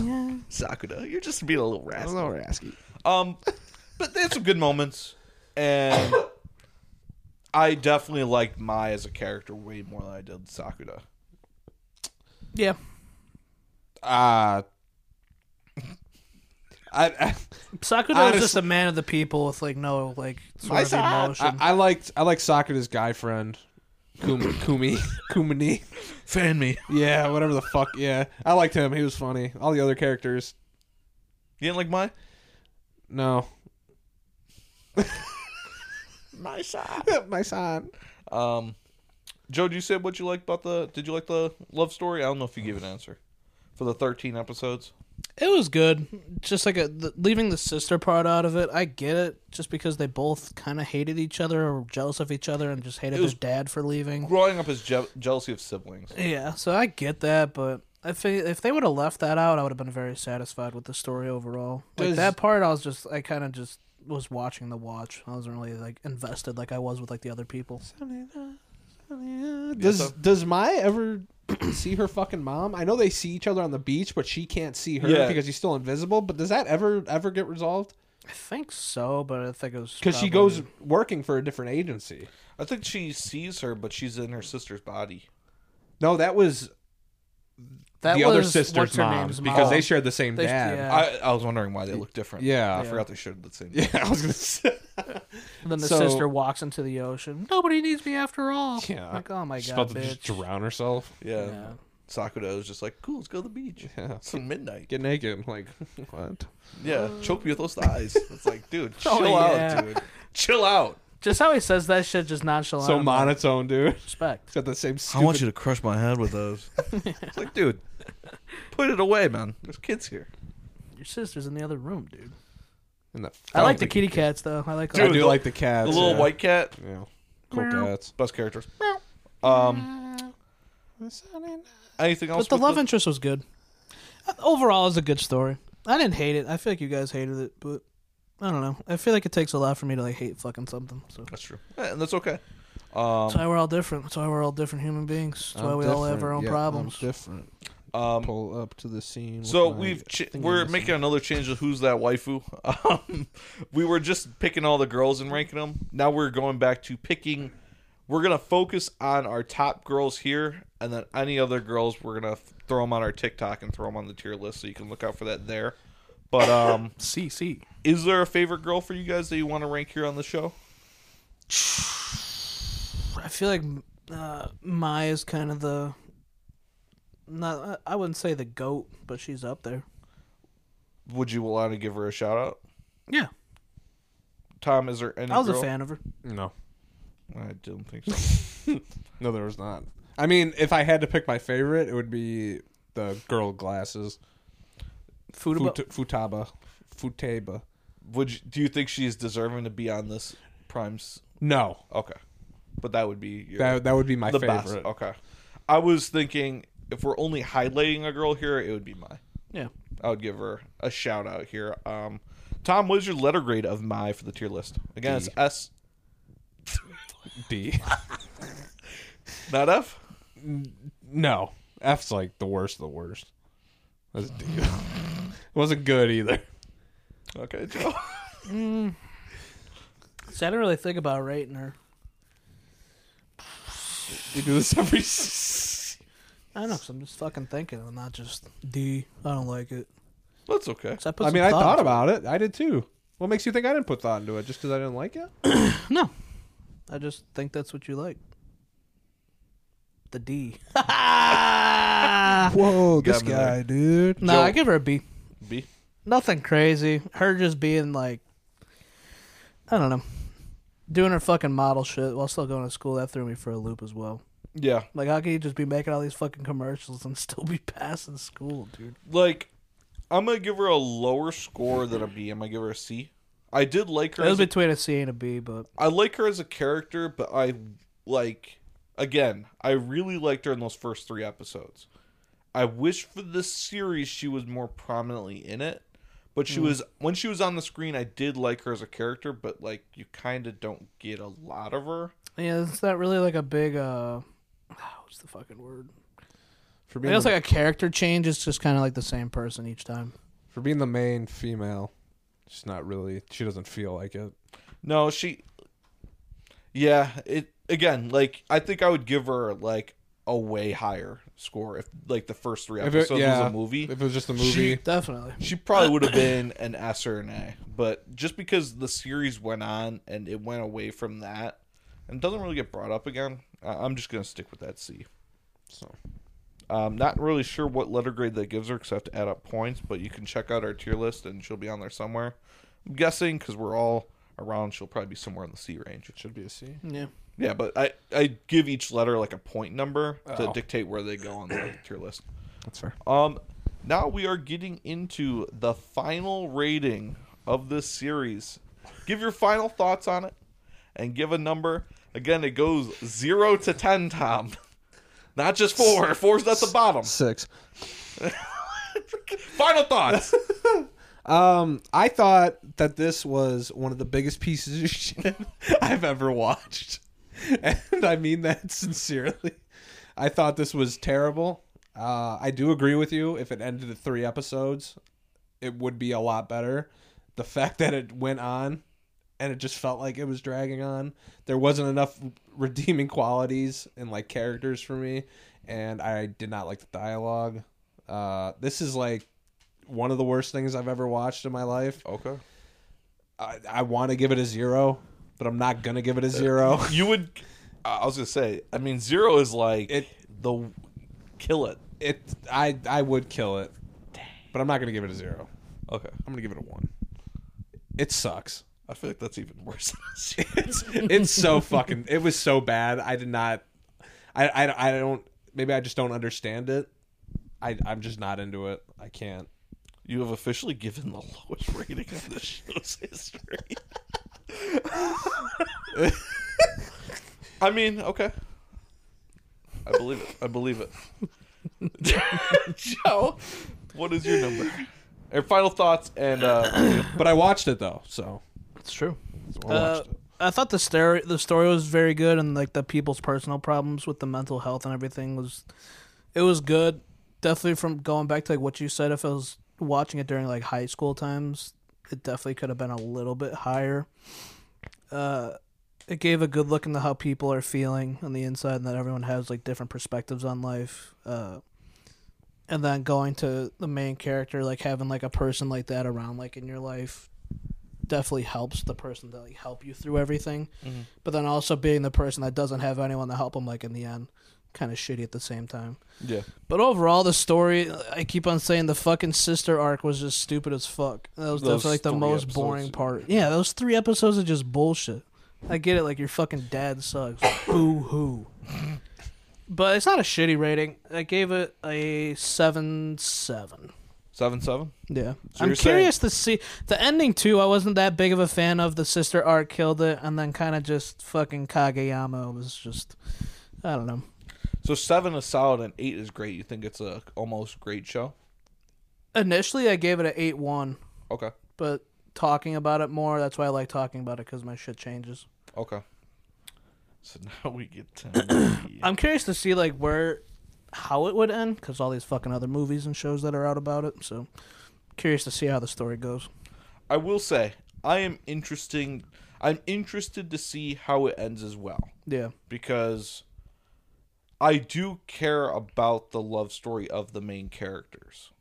Speaker 2: Sakuda, you're just being a little rascal.
Speaker 5: rascal.
Speaker 2: Um, but they had some good moments, and I definitely liked Mai as a character way more than I did Sakuda.
Speaker 3: Yeah.
Speaker 5: Uh, I, I
Speaker 3: Sakura
Speaker 5: Honest-
Speaker 3: is just a man of the people with like no like
Speaker 5: I,
Speaker 3: sort of emotion.
Speaker 5: I, I liked I liked Sakura's guy friend, Kumi, Kumi, Kumini.
Speaker 2: Fan me.
Speaker 5: Yeah, whatever the fuck. Yeah, I liked him. He was funny. All the other characters,
Speaker 2: You didn't like Mai?
Speaker 5: no.
Speaker 2: My side.
Speaker 5: My son.
Speaker 2: Um, Joe, did you say what you liked about the? Did you like the love story? I don't know if you gave an answer for the 13 episodes.
Speaker 3: It was good. Just like a, the, leaving the sister part out of it, I get it. Just because they both kind of hated each other or were jealous of each other and just hated
Speaker 2: was-
Speaker 3: their dad for leaving.
Speaker 2: Growing up is je- jealousy of siblings.
Speaker 3: Yeah, so I get that, but if they, if they would have left that out, I would have been very satisfied with the story overall. Like
Speaker 5: Does-
Speaker 3: that part, I was just I kind of just was watching the watch. I wasn't really like invested like I was with like the other people.
Speaker 5: Does
Speaker 2: so-
Speaker 5: does Mai ever
Speaker 4: see her fucking mom? I know they see each other on the beach, but she can't see her
Speaker 2: Yeah.
Speaker 4: because he's still invisible. But does that ever ever get resolved?
Speaker 3: I think so, but I think it was
Speaker 4: Because she
Speaker 3: probably-
Speaker 4: goes working for a different agency.
Speaker 2: I think she sees her, but she's in her sister's body.
Speaker 4: No, that was
Speaker 3: That
Speaker 4: the other
Speaker 3: was-
Speaker 4: sister's
Speaker 3: what's her
Speaker 4: mom
Speaker 3: name's
Speaker 4: because
Speaker 3: mom.
Speaker 4: they shared the same
Speaker 3: They-
Speaker 4: dad. Uh,
Speaker 2: I, I was wondering why they look different.
Speaker 4: Yeah.
Speaker 2: I forgot they shared the same.
Speaker 4: Yeah, I was gonna say.
Speaker 3: And then the
Speaker 4: So-
Speaker 3: sister walks into the ocean. Nobody needs me after all.
Speaker 4: Yeah.
Speaker 3: Like, oh my
Speaker 4: She's
Speaker 3: god,
Speaker 4: about to
Speaker 3: bitch.
Speaker 4: just drown herself.
Speaker 2: Yeah.
Speaker 3: Yeah.
Speaker 2: Sakura was just like, cool, let's go to the beach.
Speaker 4: Yeah.
Speaker 2: It's like midnight.
Speaker 4: Get naked, like what?
Speaker 2: Yeah, choke me with those thighs. It's like, dude, chill
Speaker 3: Oh, yeah.
Speaker 2: out, dude. Chill out.
Speaker 3: Just how he says that shit, just nonchalant.
Speaker 4: So
Speaker 3: but
Speaker 4: monotone, dude. It's
Speaker 3: Respect.
Speaker 4: got the same.
Speaker 2: I
Speaker 4: Stupid...
Speaker 2: want you to crush my head with those. it's like, dude, put it away, man. There's kids here.
Speaker 3: Your sister's in the other room, dude.
Speaker 4: In the...
Speaker 3: I, like the kitty cats though. I like.
Speaker 4: I
Speaker 2: Dude,
Speaker 4: do
Speaker 2: the-
Speaker 4: like the cats.
Speaker 2: the little
Speaker 4: yeah.
Speaker 2: white cat,
Speaker 4: Yeah. Cool
Speaker 3: Meow.
Speaker 4: cats.
Speaker 2: best characters. Um, anything else?
Speaker 3: But the
Speaker 2: with
Speaker 3: love interest was good. Uh, Overall, it's a good story. I didn't hate it. I feel like you guys hated it, but I don't know. I feel like it takes a lot for me to like hate fucking something. So
Speaker 2: That's true, Yeah, and that's okay. Um,
Speaker 3: that's why we're all different. That's why we're all different human beings. That's why we all have our own problems.
Speaker 4: different.
Speaker 2: um,
Speaker 4: Pull up to the scene.
Speaker 2: so we've ch- we're making another change to who's that waifu. Um, we were just picking all the girls and ranking them. Now we're going back to picking. We're gonna focus on our top girls here, and then any other girls we're gonna f- throw them on our TikTok and throw them on the tier list, so you can look out for that there. But um,
Speaker 3: See, see.
Speaker 2: is there a favorite girl for you guys that you want to rank here on the show?
Speaker 3: I feel like uh, Mai is kind of the. Not, uh, I I wouldn't say the goat, but she's up there.
Speaker 2: Would you want to give her a shout out?
Speaker 3: Yeah,
Speaker 2: Tom, is there any?
Speaker 3: I was
Speaker 2: girl-
Speaker 3: a fan of her.
Speaker 4: no,
Speaker 2: I don't think so.
Speaker 4: no, there was not. I mean, if I had to pick my favorite, it would be the girl glasses.
Speaker 3: Food,
Speaker 4: Fut- Futaba, Futaba.
Speaker 2: Would you, do you think she is deserving to be on this primes?
Speaker 4: No,
Speaker 2: Okay, but that would be your,
Speaker 4: that that would be my
Speaker 2: the
Speaker 4: favorite.
Speaker 2: best. Okay, I was thinking if we're only highlighting a girl here, it would be my.
Speaker 3: yeah,
Speaker 2: I would give her a shout out here. Um, Tom, what is your letter grade of my for the tier list? Again, it's
Speaker 4: D.
Speaker 2: S,
Speaker 4: D.
Speaker 2: not F.
Speaker 4: no, F's like the worst. of The worst. That's D. it wasn't good either.
Speaker 2: Okay, Joe.
Speaker 3: see, I didn't really think about rating her.
Speaker 4: You do this every. s-
Speaker 3: I don't know. i I'm just fucking thinking. I'm not just D. I don't like it.
Speaker 2: That's okay.
Speaker 3: 'Cause I, put
Speaker 4: I
Speaker 3: some
Speaker 4: mean, I
Speaker 3: thought
Speaker 4: thought
Speaker 3: into
Speaker 4: about it. I did too. What makes you think I didn't put thought into it? Just because I didn't like it?
Speaker 3: it. No, I just think that's what you like. The D. no,
Speaker 4: Whoa,
Speaker 2: this me there. guy,
Speaker 4: dude.
Speaker 3: I give her a B.
Speaker 2: B.
Speaker 3: Nothing crazy. Her just being like, I don't know, doing her fucking model shit while still going to school. That threw me for a loop as well.
Speaker 2: Yeah,
Speaker 3: Like, how can you just be making all these fucking commercials and still be passing school, dude?
Speaker 2: like I'm gonna give her a lower score than a B. I'm gonna give her a C. I did like her.
Speaker 3: It
Speaker 2: as
Speaker 3: was
Speaker 2: a-
Speaker 3: between a C and a B, but
Speaker 2: I like her as a character, but I like again, I really liked her in those first three episodes. I wish for this series she was more prominently in it. But
Speaker 4: Hmm.
Speaker 2: she was when she was on the screen I did like her as a character, but like you kinda don't get a lot of her.
Speaker 3: yeah, it's not really like a big uh, what's the fucking word?
Speaker 4: For
Speaker 3: I
Speaker 4: being,
Speaker 3: guess
Speaker 4: the,
Speaker 3: like a character change is just kind of like the same person each time.
Speaker 4: for being the main female, she's not really. She doesn't feel like it.
Speaker 2: No, she Yeah, it again, like I think I would give her like a way higher score if like the first three
Speaker 4: If
Speaker 2: episodes
Speaker 4: it, yeah,
Speaker 2: was a movie.
Speaker 4: If it was just a movie,
Speaker 3: Definitely.
Speaker 2: She probably would have been an S or an A, but just because the series went on and it went away from that and doesn't really get brought up again, I- I'm just gonna stick with that C.
Speaker 4: so
Speaker 2: Um, not really sure what letter grade that gives her because I have to add up points, but you can check out our tier list and she'll be on there somewhere. I'm guessing because we're all around, she'll probably be somewhere in the C range.
Speaker 4: should be a C.
Speaker 3: Yeah.
Speaker 2: Yeah, but I I give each letter like a point number to
Speaker 4: Oh.
Speaker 2: dictate where they go on the tier list.
Speaker 4: That's fair.
Speaker 2: Um, now we are getting into the final rating of this series. Give your final thoughts on it, and give a number. Again, it goes zero to ten, Tom. Not just four. Four's at the bottom.
Speaker 4: Six.
Speaker 2: Final thoughts.
Speaker 4: Um, I thought that this was one of the biggest pieces of shit I've ever watched, and I mean that sincerely. I thought this was terrible. Uh, I do agree with you. If it ended at three episodes, it would be a lot better. The fact that it went on and it just felt like it was dragging on. There wasn't enough redeeming qualities and like characters for me, and I did not like the dialogue. Uh, this is like one of the worst things I've ever watched in my life.
Speaker 2: Okay.
Speaker 4: I, I want to give it a zero, but I'm not gonna give it a zero.
Speaker 2: Uh, You would. I I was gonna say. I mean, zero is like
Speaker 4: It-
Speaker 2: the kill it.
Speaker 4: It I I would kill it, but I'm not gonna give it a zero.
Speaker 2: Okay.
Speaker 4: I'm gonna give it a one. It sucks.
Speaker 2: I feel like that's even worse.
Speaker 4: it's, it's so fucking it was so bad i did not I, I i don't maybe i just don't understand it i i'm just not into it i can't
Speaker 2: you have officially given the lowest rating of the show's history. I mean, okay. I believe it. I believe it. Joe, what is your number? Or final thoughts and uh,
Speaker 4: but i watched it though so
Speaker 3: It's true.
Speaker 4: so i
Speaker 3: Uh,
Speaker 4: watched it
Speaker 3: I thought the story the story was very good and like the people's personal problems with the mental health and everything was it was good. Definitely from going back to like what you said if I was watching it during like high school times, it definitely could have been a little bit higher. Uh it gave a good look into how people are feeling on the inside and that everyone has like different perspectives on life. Uh and then going to the main character, like having like a person like that around like in your life definitely helps the person to like help you through everything,
Speaker 2: Mm-hmm.
Speaker 3: but then also being the person that doesn't have anyone to help them, like in the end, kind of shitty at the same time.
Speaker 2: yeah,
Speaker 3: But overall, the story I keep on saying the fucking sister arc was just stupid as fuck. That was
Speaker 2: Those
Speaker 3: definitely like the
Speaker 2: three
Speaker 3: most
Speaker 2: episodes.
Speaker 3: boring part. Yeah, those three episodes are just bullshit. I get it, like your fucking dad sucks. Boo hoo. But it's not a shitty rating. I gave it a seven seven.
Speaker 2: seven seven.
Speaker 3: Yeah,
Speaker 2: So
Speaker 3: I'm
Speaker 2: you're saying-
Speaker 3: curious to see the ending too. I wasn't that big of a fan of the sister arc killed it, and then kind of just fucking Kageyama was just, I don't know.
Speaker 2: So seven is solid and eight is great. You think it's a almost great show?
Speaker 3: Initially, I gave it an eight one,
Speaker 2: Okay,
Speaker 3: but talking about it more, that's why I like talking about it because my shit changes.
Speaker 2: okay. So now we get to me.
Speaker 3: I'm curious to see like where, how it would end because all these fucking other movies and shows that are out about it. So curious to see how the story goes.
Speaker 2: I will say I am interesting. I'm interested to see how it ends as well
Speaker 3: Yeah,
Speaker 2: because I do care about the love story of the main characters.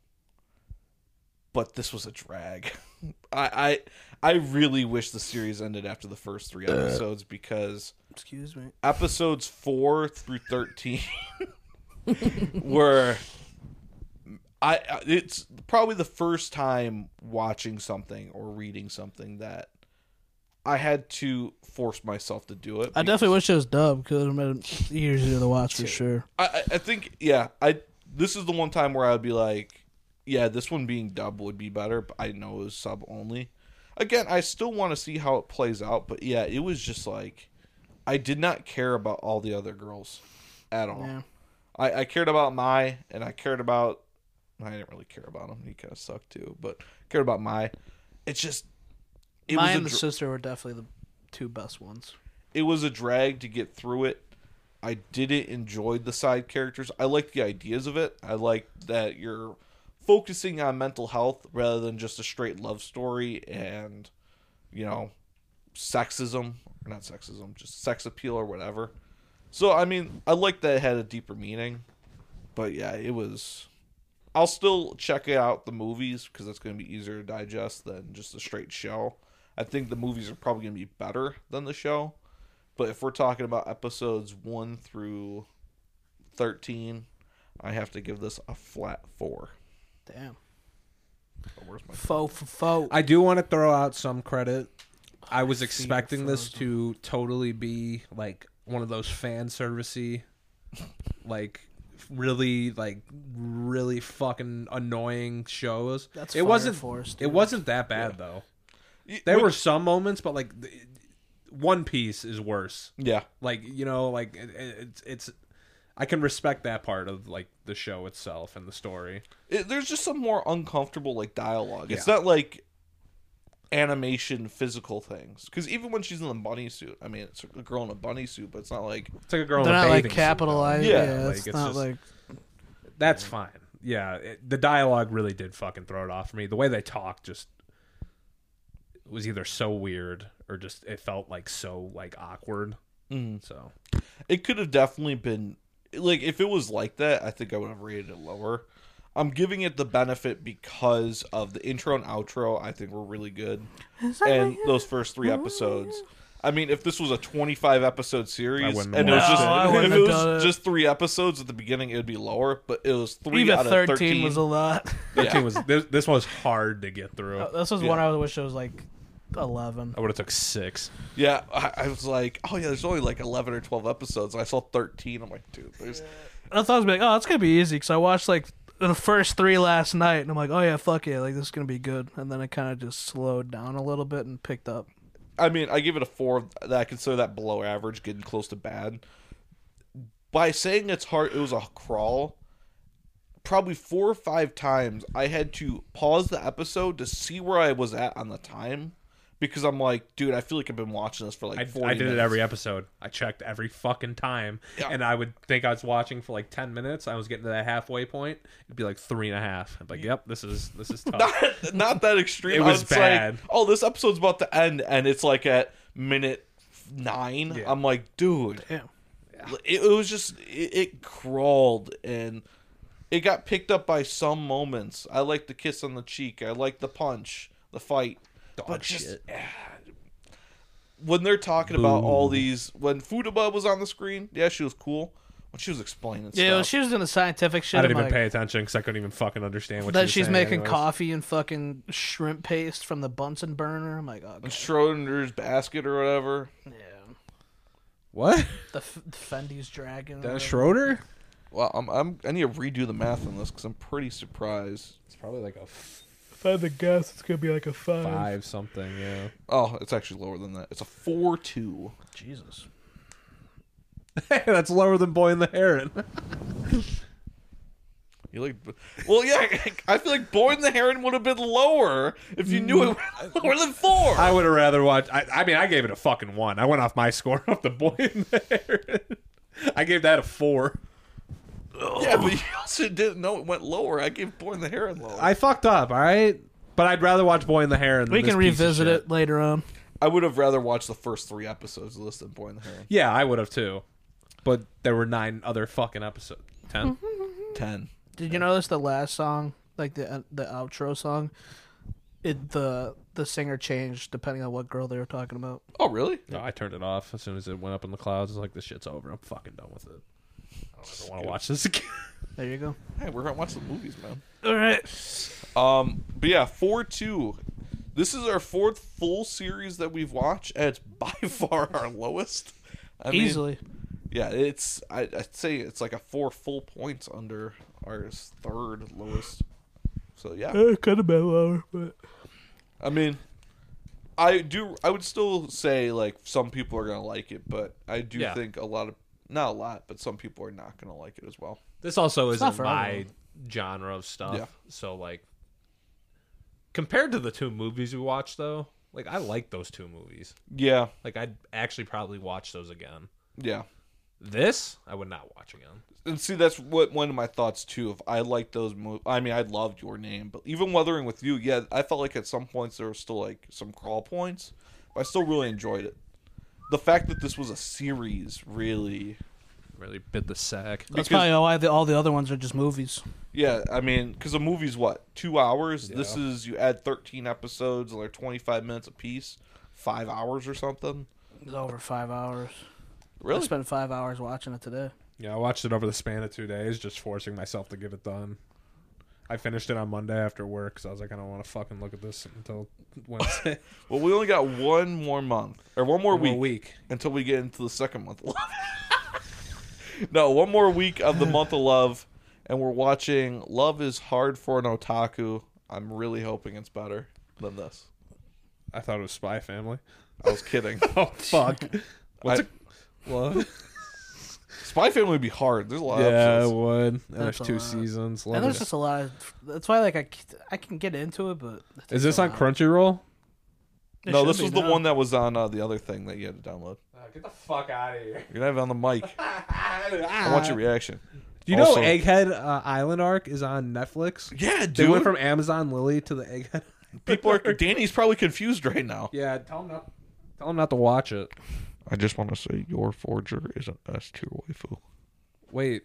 Speaker 2: But this was a drag. I I, I really wish the series ended after the first three episodes because
Speaker 3: excuse me.
Speaker 2: episodes four through thirteen were I I- it's probably the first time watching something or reading something that I had to force myself to do it.
Speaker 3: I definitely wish it was dubbed because it would have been easier to watch for sure.
Speaker 2: I, I- I think yeah I this is the one time where I'd be like yeah this one being dub would be better but I know it was sub only. Again, I still want to see how it plays out, but yeah, it was just like I did not care about all the other girls at all.
Speaker 3: Yeah.
Speaker 2: I, I cared about Mai, and I cared about. I didn't really care about him. He kind of sucked too, but cared about Mai. It's just it
Speaker 3: Mine and
Speaker 2: was
Speaker 3: the
Speaker 2: a dr-
Speaker 3: sister were definitely the two best ones.
Speaker 2: it was a drag to get through it. I didn't enjoy the side characters. I like the ideas of it. I like that you're focusing on mental health rather than just a straight love story and you know sexism or not sexism, just sex appeal or whatever. So I mean, I like that it had a deeper meaning. But yeah, it was I'll still check out the movies because it's going to be easier to digest than just a straight show. I think the movies are probably going to be better than the show. But if we're talking about episodes 1 through 13, I have to give this a flat 4.
Speaker 3: Damn.
Speaker 2: Oh, where's my
Speaker 3: Faux, faux, faux.
Speaker 4: i do want to throw out some credit i was expecting this to totally be like one of those fan servicey like really like really fucking annoying shows
Speaker 3: That's
Speaker 4: it
Speaker 3: Fire
Speaker 4: wasn't
Speaker 3: Force,
Speaker 4: it
Speaker 3: dude.
Speaker 4: wasn't that bad though
Speaker 2: Y-
Speaker 4: there
Speaker 2: which-
Speaker 4: were some moments but like th- one piece is worse
Speaker 2: Yeah.
Speaker 4: like you know like it, it- it's it's i can respect that part of like the show itself and the story
Speaker 2: It, there's just some more uncomfortable like dialogue. It's not like animation physical things. Because even when she's in the bunny suit, I mean, it's a girl in a bunny suit, but it's not like
Speaker 4: It's like a girl.
Speaker 3: They're
Speaker 4: in a
Speaker 3: not like
Speaker 4: bathing suit, though.
Speaker 3: capitalized.
Speaker 2: Yeah,
Speaker 3: Yeah,
Speaker 4: like,
Speaker 3: it's,
Speaker 4: it's
Speaker 3: not
Speaker 4: just-
Speaker 3: like
Speaker 4: That's fine. Yeah, it, the dialogue really did fucking throw it off for me. The way they talked just was either so weird or just it felt like so like awkward.
Speaker 2: Mhm.
Speaker 4: So
Speaker 2: it could have definitely been like if it was like that. I think I would have rated it lower. I'm giving it the benefit because of the intro and outro. I think were really good, and those first three
Speaker 3: Oh.
Speaker 2: episodes. I mean, if this was a 25 episode series
Speaker 4: wouldn't
Speaker 2: and
Speaker 4: have
Speaker 2: it was
Speaker 4: watched
Speaker 2: just
Speaker 3: it. No, I wouldn't
Speaker 2: if it
Speaker 3: have
Speaker 2: was
Speaker 3: done it.
Speaker 2: just three episodes at the beginning, it'd be lower. But it was three
Speaker 3: even
Speaker 2: out of
Speaker 3: 13,
Speaker 2: 13.
Speaker 3: was a lot.
Speaker 2: Yeah.
Speaker 4: thirteen was this, this one was hard to get through.
Speaker 3: this was one I wish it was like 11.
Speaker 4: I would have took six.
Speaker 2: Yeah, I, I was like, oh yeah, there's only like eleven or twelve episodes. I saw thirteen. I'm like, dude, there's
Speaker 3: I thought it was like, oh, it's gonna be easy because I watched like the first three last night, and I'm like, oh yeah, fuck yeah, like this is gonna be good. And then it kind of just slowed down a little bit and picked up.
Speaker 2: I mean, I give it a four. That I consider that below average, getting close to bad. By saying it's hard, it was a crawl. Probably four or five times, I had to pause the episode to see where I was at on the time, because I'm like, dude, I feel like I've been watching this for like
Speaker 4: I, I
Speaker 2: 40
Speaker 4: did
Speaker 2: minutes.
Speaker 4: it every episode. I checked every fucking time,
Speaker 2: Yeah.
Speaker 4: and I would think I was watching for like ten minutes. I was getting to that halfway point. It'd be like three and a half. I'd be like, "Yep, this is this is tough."
Speaker 2: not, not that extreme.
Speaker 4: It
Speaker 2: I
Speaker 4: was
Speaker 2: like,
Speaker 4: bad.
Speaker 2: oh, this episode's about to end, and it's like at minute nine.
Speaker 4: Yeah.
Speaker 2: I'm like, dude,
Speaker 3: Yeah.
Speaker 2: it, it was just it, it crawled and it got picked up by some moments. I like the kiss on the cheek. I like the punch, the fight. but just ah, when they're talking about all these, when Futaba was on the screen, yeah, she was cool. When she was explaining
Speaker 3: Yeah,
Speaker 2: stuff,
Speaker 3: she was doing the scientific shit.
Speaker 4: I
Speaker 3: I'm
Speaker 4: didn't even
Speaker 3: like,
Speaker 4: pay attention because I couldn't even fucking understand what she
Speaker 3: that
Speaker 4: was
Speaker 3: she's
Speaker 4: saying
Speaker 3: making
Speaker 4: anyways.
Speaker 3: coffee and fucking shrimp paste from the Bunsen burner. I'm like, oh god,
Speaker 2: Schrodinger's basket or whatever.
Speaker 3: yeah,
Speaker 6: What?
Speaker 3: the, F- the Fendi's dragon.
Speaker 6: Dennis Schroeder?
Speaker 2: Well, I'm, I'm I need to redo the math on this because I'm pretty surprised.
Speaker 6: It's probably like a f-
Speaker 3: If I had to guess, it's gonna be like a five.
Speaker 6: five something. Yeah.
Speaker 2: Oh, it's actually lower than that. It's a four two.
Speaker 3: Jesus.
Speaker 6: That's lower than Boy and the Heron.
Speaker 2: You like, well, yeah. I feel like Boy and the Heron would have been lower if you knew it was lower than four.
Speaker 4: I would have rather watched. I, I mean, I gave it a fucking one. I went off my score off the boy in there. I gave that a four.
Speaker 2: yeah, but you also didn't know it went lower. I gave Boy and the Heron lower. I,
Speaker 4: I fucked up. All right, but I'd rather watch Boy in the Hair. Than
Speaker 3: We
Speaker 4: this
Speaker 3: can
Speaker 4: piece of
Speaker 3: revisit
Speaker 4: shit.
Speaker 3: it later on.
Speaker 2: would have rather watched the first three episodes of this than Boy and the Heron.
Speaker 4: Yeah, I would have too. But there were nine other fucking episodes. 10
Speaker 3: Mm-hmm.
Speaker 2: Ten.
Speaker 3: Did you notice the last song, like the uh, the outro song, it the the singer changed depending on what girl they were talking about.
Speaker 2: Oh, really?
Speaker 4: No, I turned it off as soon as it went up in the clouds. I was like, "This shit's over. I'm fucking done with it. I don't ever want to watch this again."
Speaker 3: There you go.
Speaker 2: Hey, we're gonna watch the movies, man.
Speaker 3: All right.
Speaker 2: Um, but yeah, four two. This is our fourth full series that we've watched, and it's by far our lowest. I mean,
Speaker 3: Easily.
Speaker 2: yeah, it's I, I'd say it's like a four full points under our third lowest. So yeah,
Speaker 3: it could have been lower, but
Speaker 2: I mean, I do. I would still say like some people are gonna like it, but I do
Speaker 4: Yeah.
Speaker 2: think a lot of not a lot, but some people are not gonna like it as well.
Speaker 4: This also
Speaker 3: not
Speaker 4: isn't
Speaker 3: for
Speaker 4: my
Speaker 3: everyone.
Speaker 4: genre of stuff.
Speaker 2: Yeah.
Speaker 4: So like compared to the two movies we watched though, like I like those two movies.
Speaker 2: Yeah,
Speaker 4: Like I'd actually probably watch those again.
Speaker 2: yeah.
Speaker 4: This I would not watch again.
Speaker 2: and see that's what one of my thoughts too of i like those movies i mean i loved your name but even weathering with you yeah i felt like at some points there were still like some crawl points but i still really enjoyed it the fact that this was a series really
Speaker 4: Really bit the sack.
Speaker 3: that's
Speaker 2: Because-
Speaker 3: probably why the, all the other ones are just movies.
Speaker 2: yeah i mean because a movie's what two hours this is you add 13 episodes and they're 25 minutes apiece five hours or something
Speaker 3: It's over five hours. I
Speaker 2: really
Speaker 3: spent five hours watching it today.
Speaker 4: Yeah, I watched it over the span of two days, just forcing myself to get it done. I finished it on Monday after work because I was like, I don't want to fucking look at this until Wednesday.
Speaker 2: well we only got one more month or one more
Speaker 4: One
Speaker 2: week
Speaker 4: more week.
Speaker 2: until we get into the second month of love. no, one more week of the month of love, and we're watching Love is Hard for an Otaku. I'm really hoping it's better than this.
Speaker 4: I thought it was Spy Family.
Speaker 2: I was kidding.
Speaker 4: Oh fuck! What's
Speaker 2: I-
Speaker 4: a love?
Speaker 2: Spy Family would be hard. There's a lot of
Speaker 4: Yeah, it
Speaker 2: episodes.
Speaker 4: would. And
Speaker 3: That's
Speaker 4: there's
Speaker 3: a
Speaker 4: two
Speaker 3: lot.
Speaker 4: seasons.
Speaker 3: and
Speaker 4: Love
Speaker 3: there's
Speaker 4: it.
Speaker 3: just a lot. Of, that's why, like, I, c- I can get into it, but it takes
Speaker 4: Is this
Speaker 3: a
Speaker 4: on
Speaker 3: while.
Speaker 4: Crunchyroll?
Speaker 3: It
Speaker 2: no,
Speaker 3: should
Speaker 2: this
Speaker 3: be
Speaker 2: was the
Speaker 3: now.
Speaker 2: one that was on uh, the other thing that you had to download.
Speaker 4: get the fuck out of here.
Speaker 2: You're gonna have it on the mic. I want your reaction.
Speaker 4: Do you
Speaker 2: Also-
Speaker 4: know Egghead uh, Island Arc is on Netflix?
Speaker 2: Yeah, dude.
Speaker 4: They went from Amazon Lily to the Egghead.
Speaker 2: people are Danny's probably confused right now.
Speaker 4: Yeah, tell him not. Tell him not to watch it.
Speaker 2: I just want to say your forger is an S tier waifu.
Speaker 4: Wait,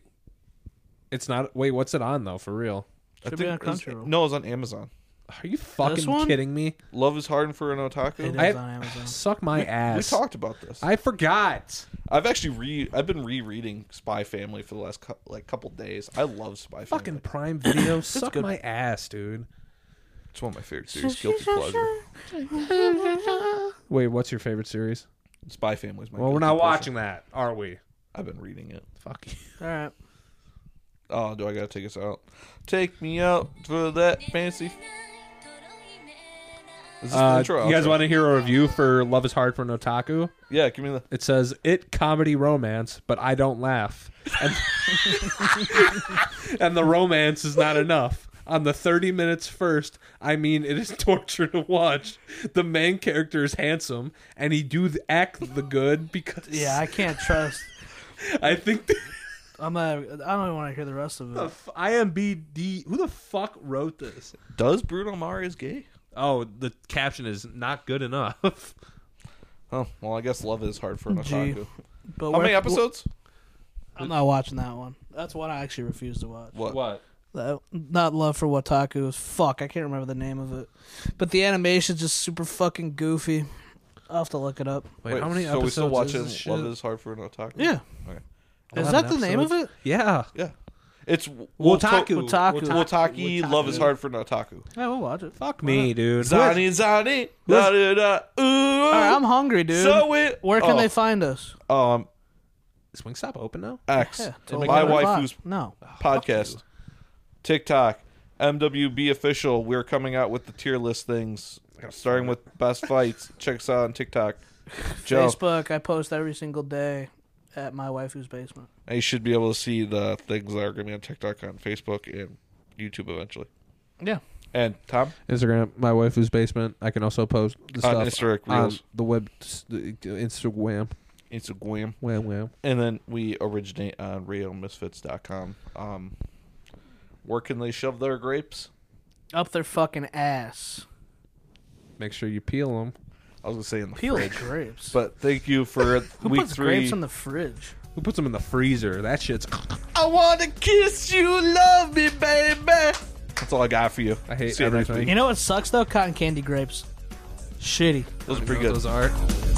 Speaker 4: it's not. Wait, what's it on though? For real?
Speaker 3: Should be on Crunchyroll.
Speaker 2: No, it's on Amazon.
Speaker 4: Are you fucking
Speaker 3: one?
Speaker 4: kidding me?
Speaker 2: Love is hard for an otaku.
Speaker 3: It
Speaker 4: I-
Speaker 3: is on Amazon.
Speaker 4: Suck my
Speaker 2: We
Speaker 4: ass.
Speaker 2: talked about this. I,
Speaker 4: I forgot.
Speaker 2: have actually re I've been rereading Spy Family for the last cou- like couple days. I love Spy
Speaker 4: Fucking
Speaker 2: Family.
Speaker 4: Prime Video. Suck
Speaker 3: good.
Speaker 4: my ass, dude.
Speaker 2: It's one of my favorite series. Guilty pleasure.
Speaker 4: Wait, what's your favorite series?
Speaker 2: Spy Family's my.
Speaker 4: Well, we're
Speaker 2: guilty
Speaker 4: not
Speaker 2: pleasure.
Speaker 4: watching that, are we?
Speaker 2: I've been reading it.
Speaker 4: Fuck you.
Speaker 3: All right.
Speaker 2: Oh, do I gotta take us out? Take me out for that fancy. Is this the
Speaker 4: Uh,
Speaker 2: intro? or
Speaker 4: you guys
Speaker 2: outro?
Speaker 4: want to hear a review for Love is Hard for an Otaku?
Speaker 2: Yeah, give me the.
Speaker 4: It says it comedy romance, but I don't laugh. And, and the romance is not enough. On the 30 minutes first, I mean, it is torture to watch. The main character is handsome, and he do th- act the good because
Speaker 3: Yeah, I can't trust.
Speaker 4: I think the,
Speaker 3: I'm not, I don't even want to hear the rest of
Speaker 4: the
Speaker 3: it.
Speaker 4: f- IMBD. Who the fuck wrote this?
Speaker 2: Does Bruno Mars gay?
Speaker 4: Oh, the caption is not good enough.
Speaker 2: Oh well, I guess love is hard for an
Speaker 3: Gee.
Speaker 2: otaku.
Speaker 3: But
Speaker 2: How
Speaker 3: we're-
Speaker 2: many episodes?
Speaker 3: I'm not watching that one. That's one I actually refuse to watch.
Speaker 2: What?
Speaker 3: That- not love for Wataku. is- Fuck, I can't remember the name of it. But the animation's just super fucking goofy. I'll have to look it up.
Speaker 4: Wait, how many
Speaker 2: so we
Speaker 4: episodes
Speaker 2: still watching
Speaker 4: is this shit?
Speaker 2: Love is Hard for an Otaku?
Speaker 3: Yeah.
Speaker 2: Okay.
Speaker 3: Is that
Speaker 4: 11
Speaker 3: the name of it?
Speaker 4: episodes? Yeah.
Speaker 2: Yeah. It's
Speaker 4: Wotaku.
Speaker 3: Wotaku.
Speaker 2: Wota- Wotaki, Love is Hard for an Otaku.
Speaker 3: Yeah, we'll watch it.
Speaker 4: Fuck me, dude.
Speaker 2: Zani, Zani. Da, da, da, ooh.
Speaker 3: All right, I'm hungry, dude.
Speaker 2: so it.
Speaker 3: Where can
Speaker 2: oh,
Speaker 3: they find us?
Speaker 2: Um,
Speaker 4: Is Wingstop open now?
Speaker 2: X.
Speaker 3: Yeah, till
Speaker 2: my
Speaker 3: 11 o'clock.
Speaker 2: waifu's
Speaker 3: No.
Speaker 2: podcast. TikTok. MWB official. We're coming out with the tier list things, starting with best fights. Check us out on TikTok. Joe,
Speaker 3: Facebook, I post every single day at my waifu's basement.
Speaker 2: and you should be able to see the things that are going to be on TikTok, on Facebook, and YouTube eventually.
Speaker 3: Yeah.
Speaker 2: And Tom,
Speaker 4: Instagram, my waifu's basement. I can also post the
Speaker 2: On
Speaker 4: stuff
Speaker 2: Instagram
Speaker 4: on
Speaker 2: Reels.
Speaker 4: the web, the Instagram,
Speaker 2: Instagram.
Speaker 4: wham wham.
Speaker 2: And then we originate on RioMisfits.com. Um, where can they shove their grapes?
Speaker 3: Up their fucking ass.
Speaker 4: Make sure you peel them.
Speaker 2: I was going to say in the
Speaker 3: Peel the
Speaker 2: fridge.
Speaker 3: grapes.
Speaker 2: But thank you for
Speaker 3: Who
Speaker 2: week
Speaker 3: puts
Speaker 2: three.
Speaker 3: grapes in the fridge?
Speaker 4: Who puts them in the freezer? That shit's.
Speaker 2: I want to kiss you, love me, baby. That's all I got for you.
Speaker 4: I hate
Speaker 2: See you next
Speaker 4: everything.
Speaker 2: week.
Speaker 3: You know what sucks though? Cotton candy grapes. Shitty.
Speaker 2: Those are pretty good.
Speaker 4: Those are.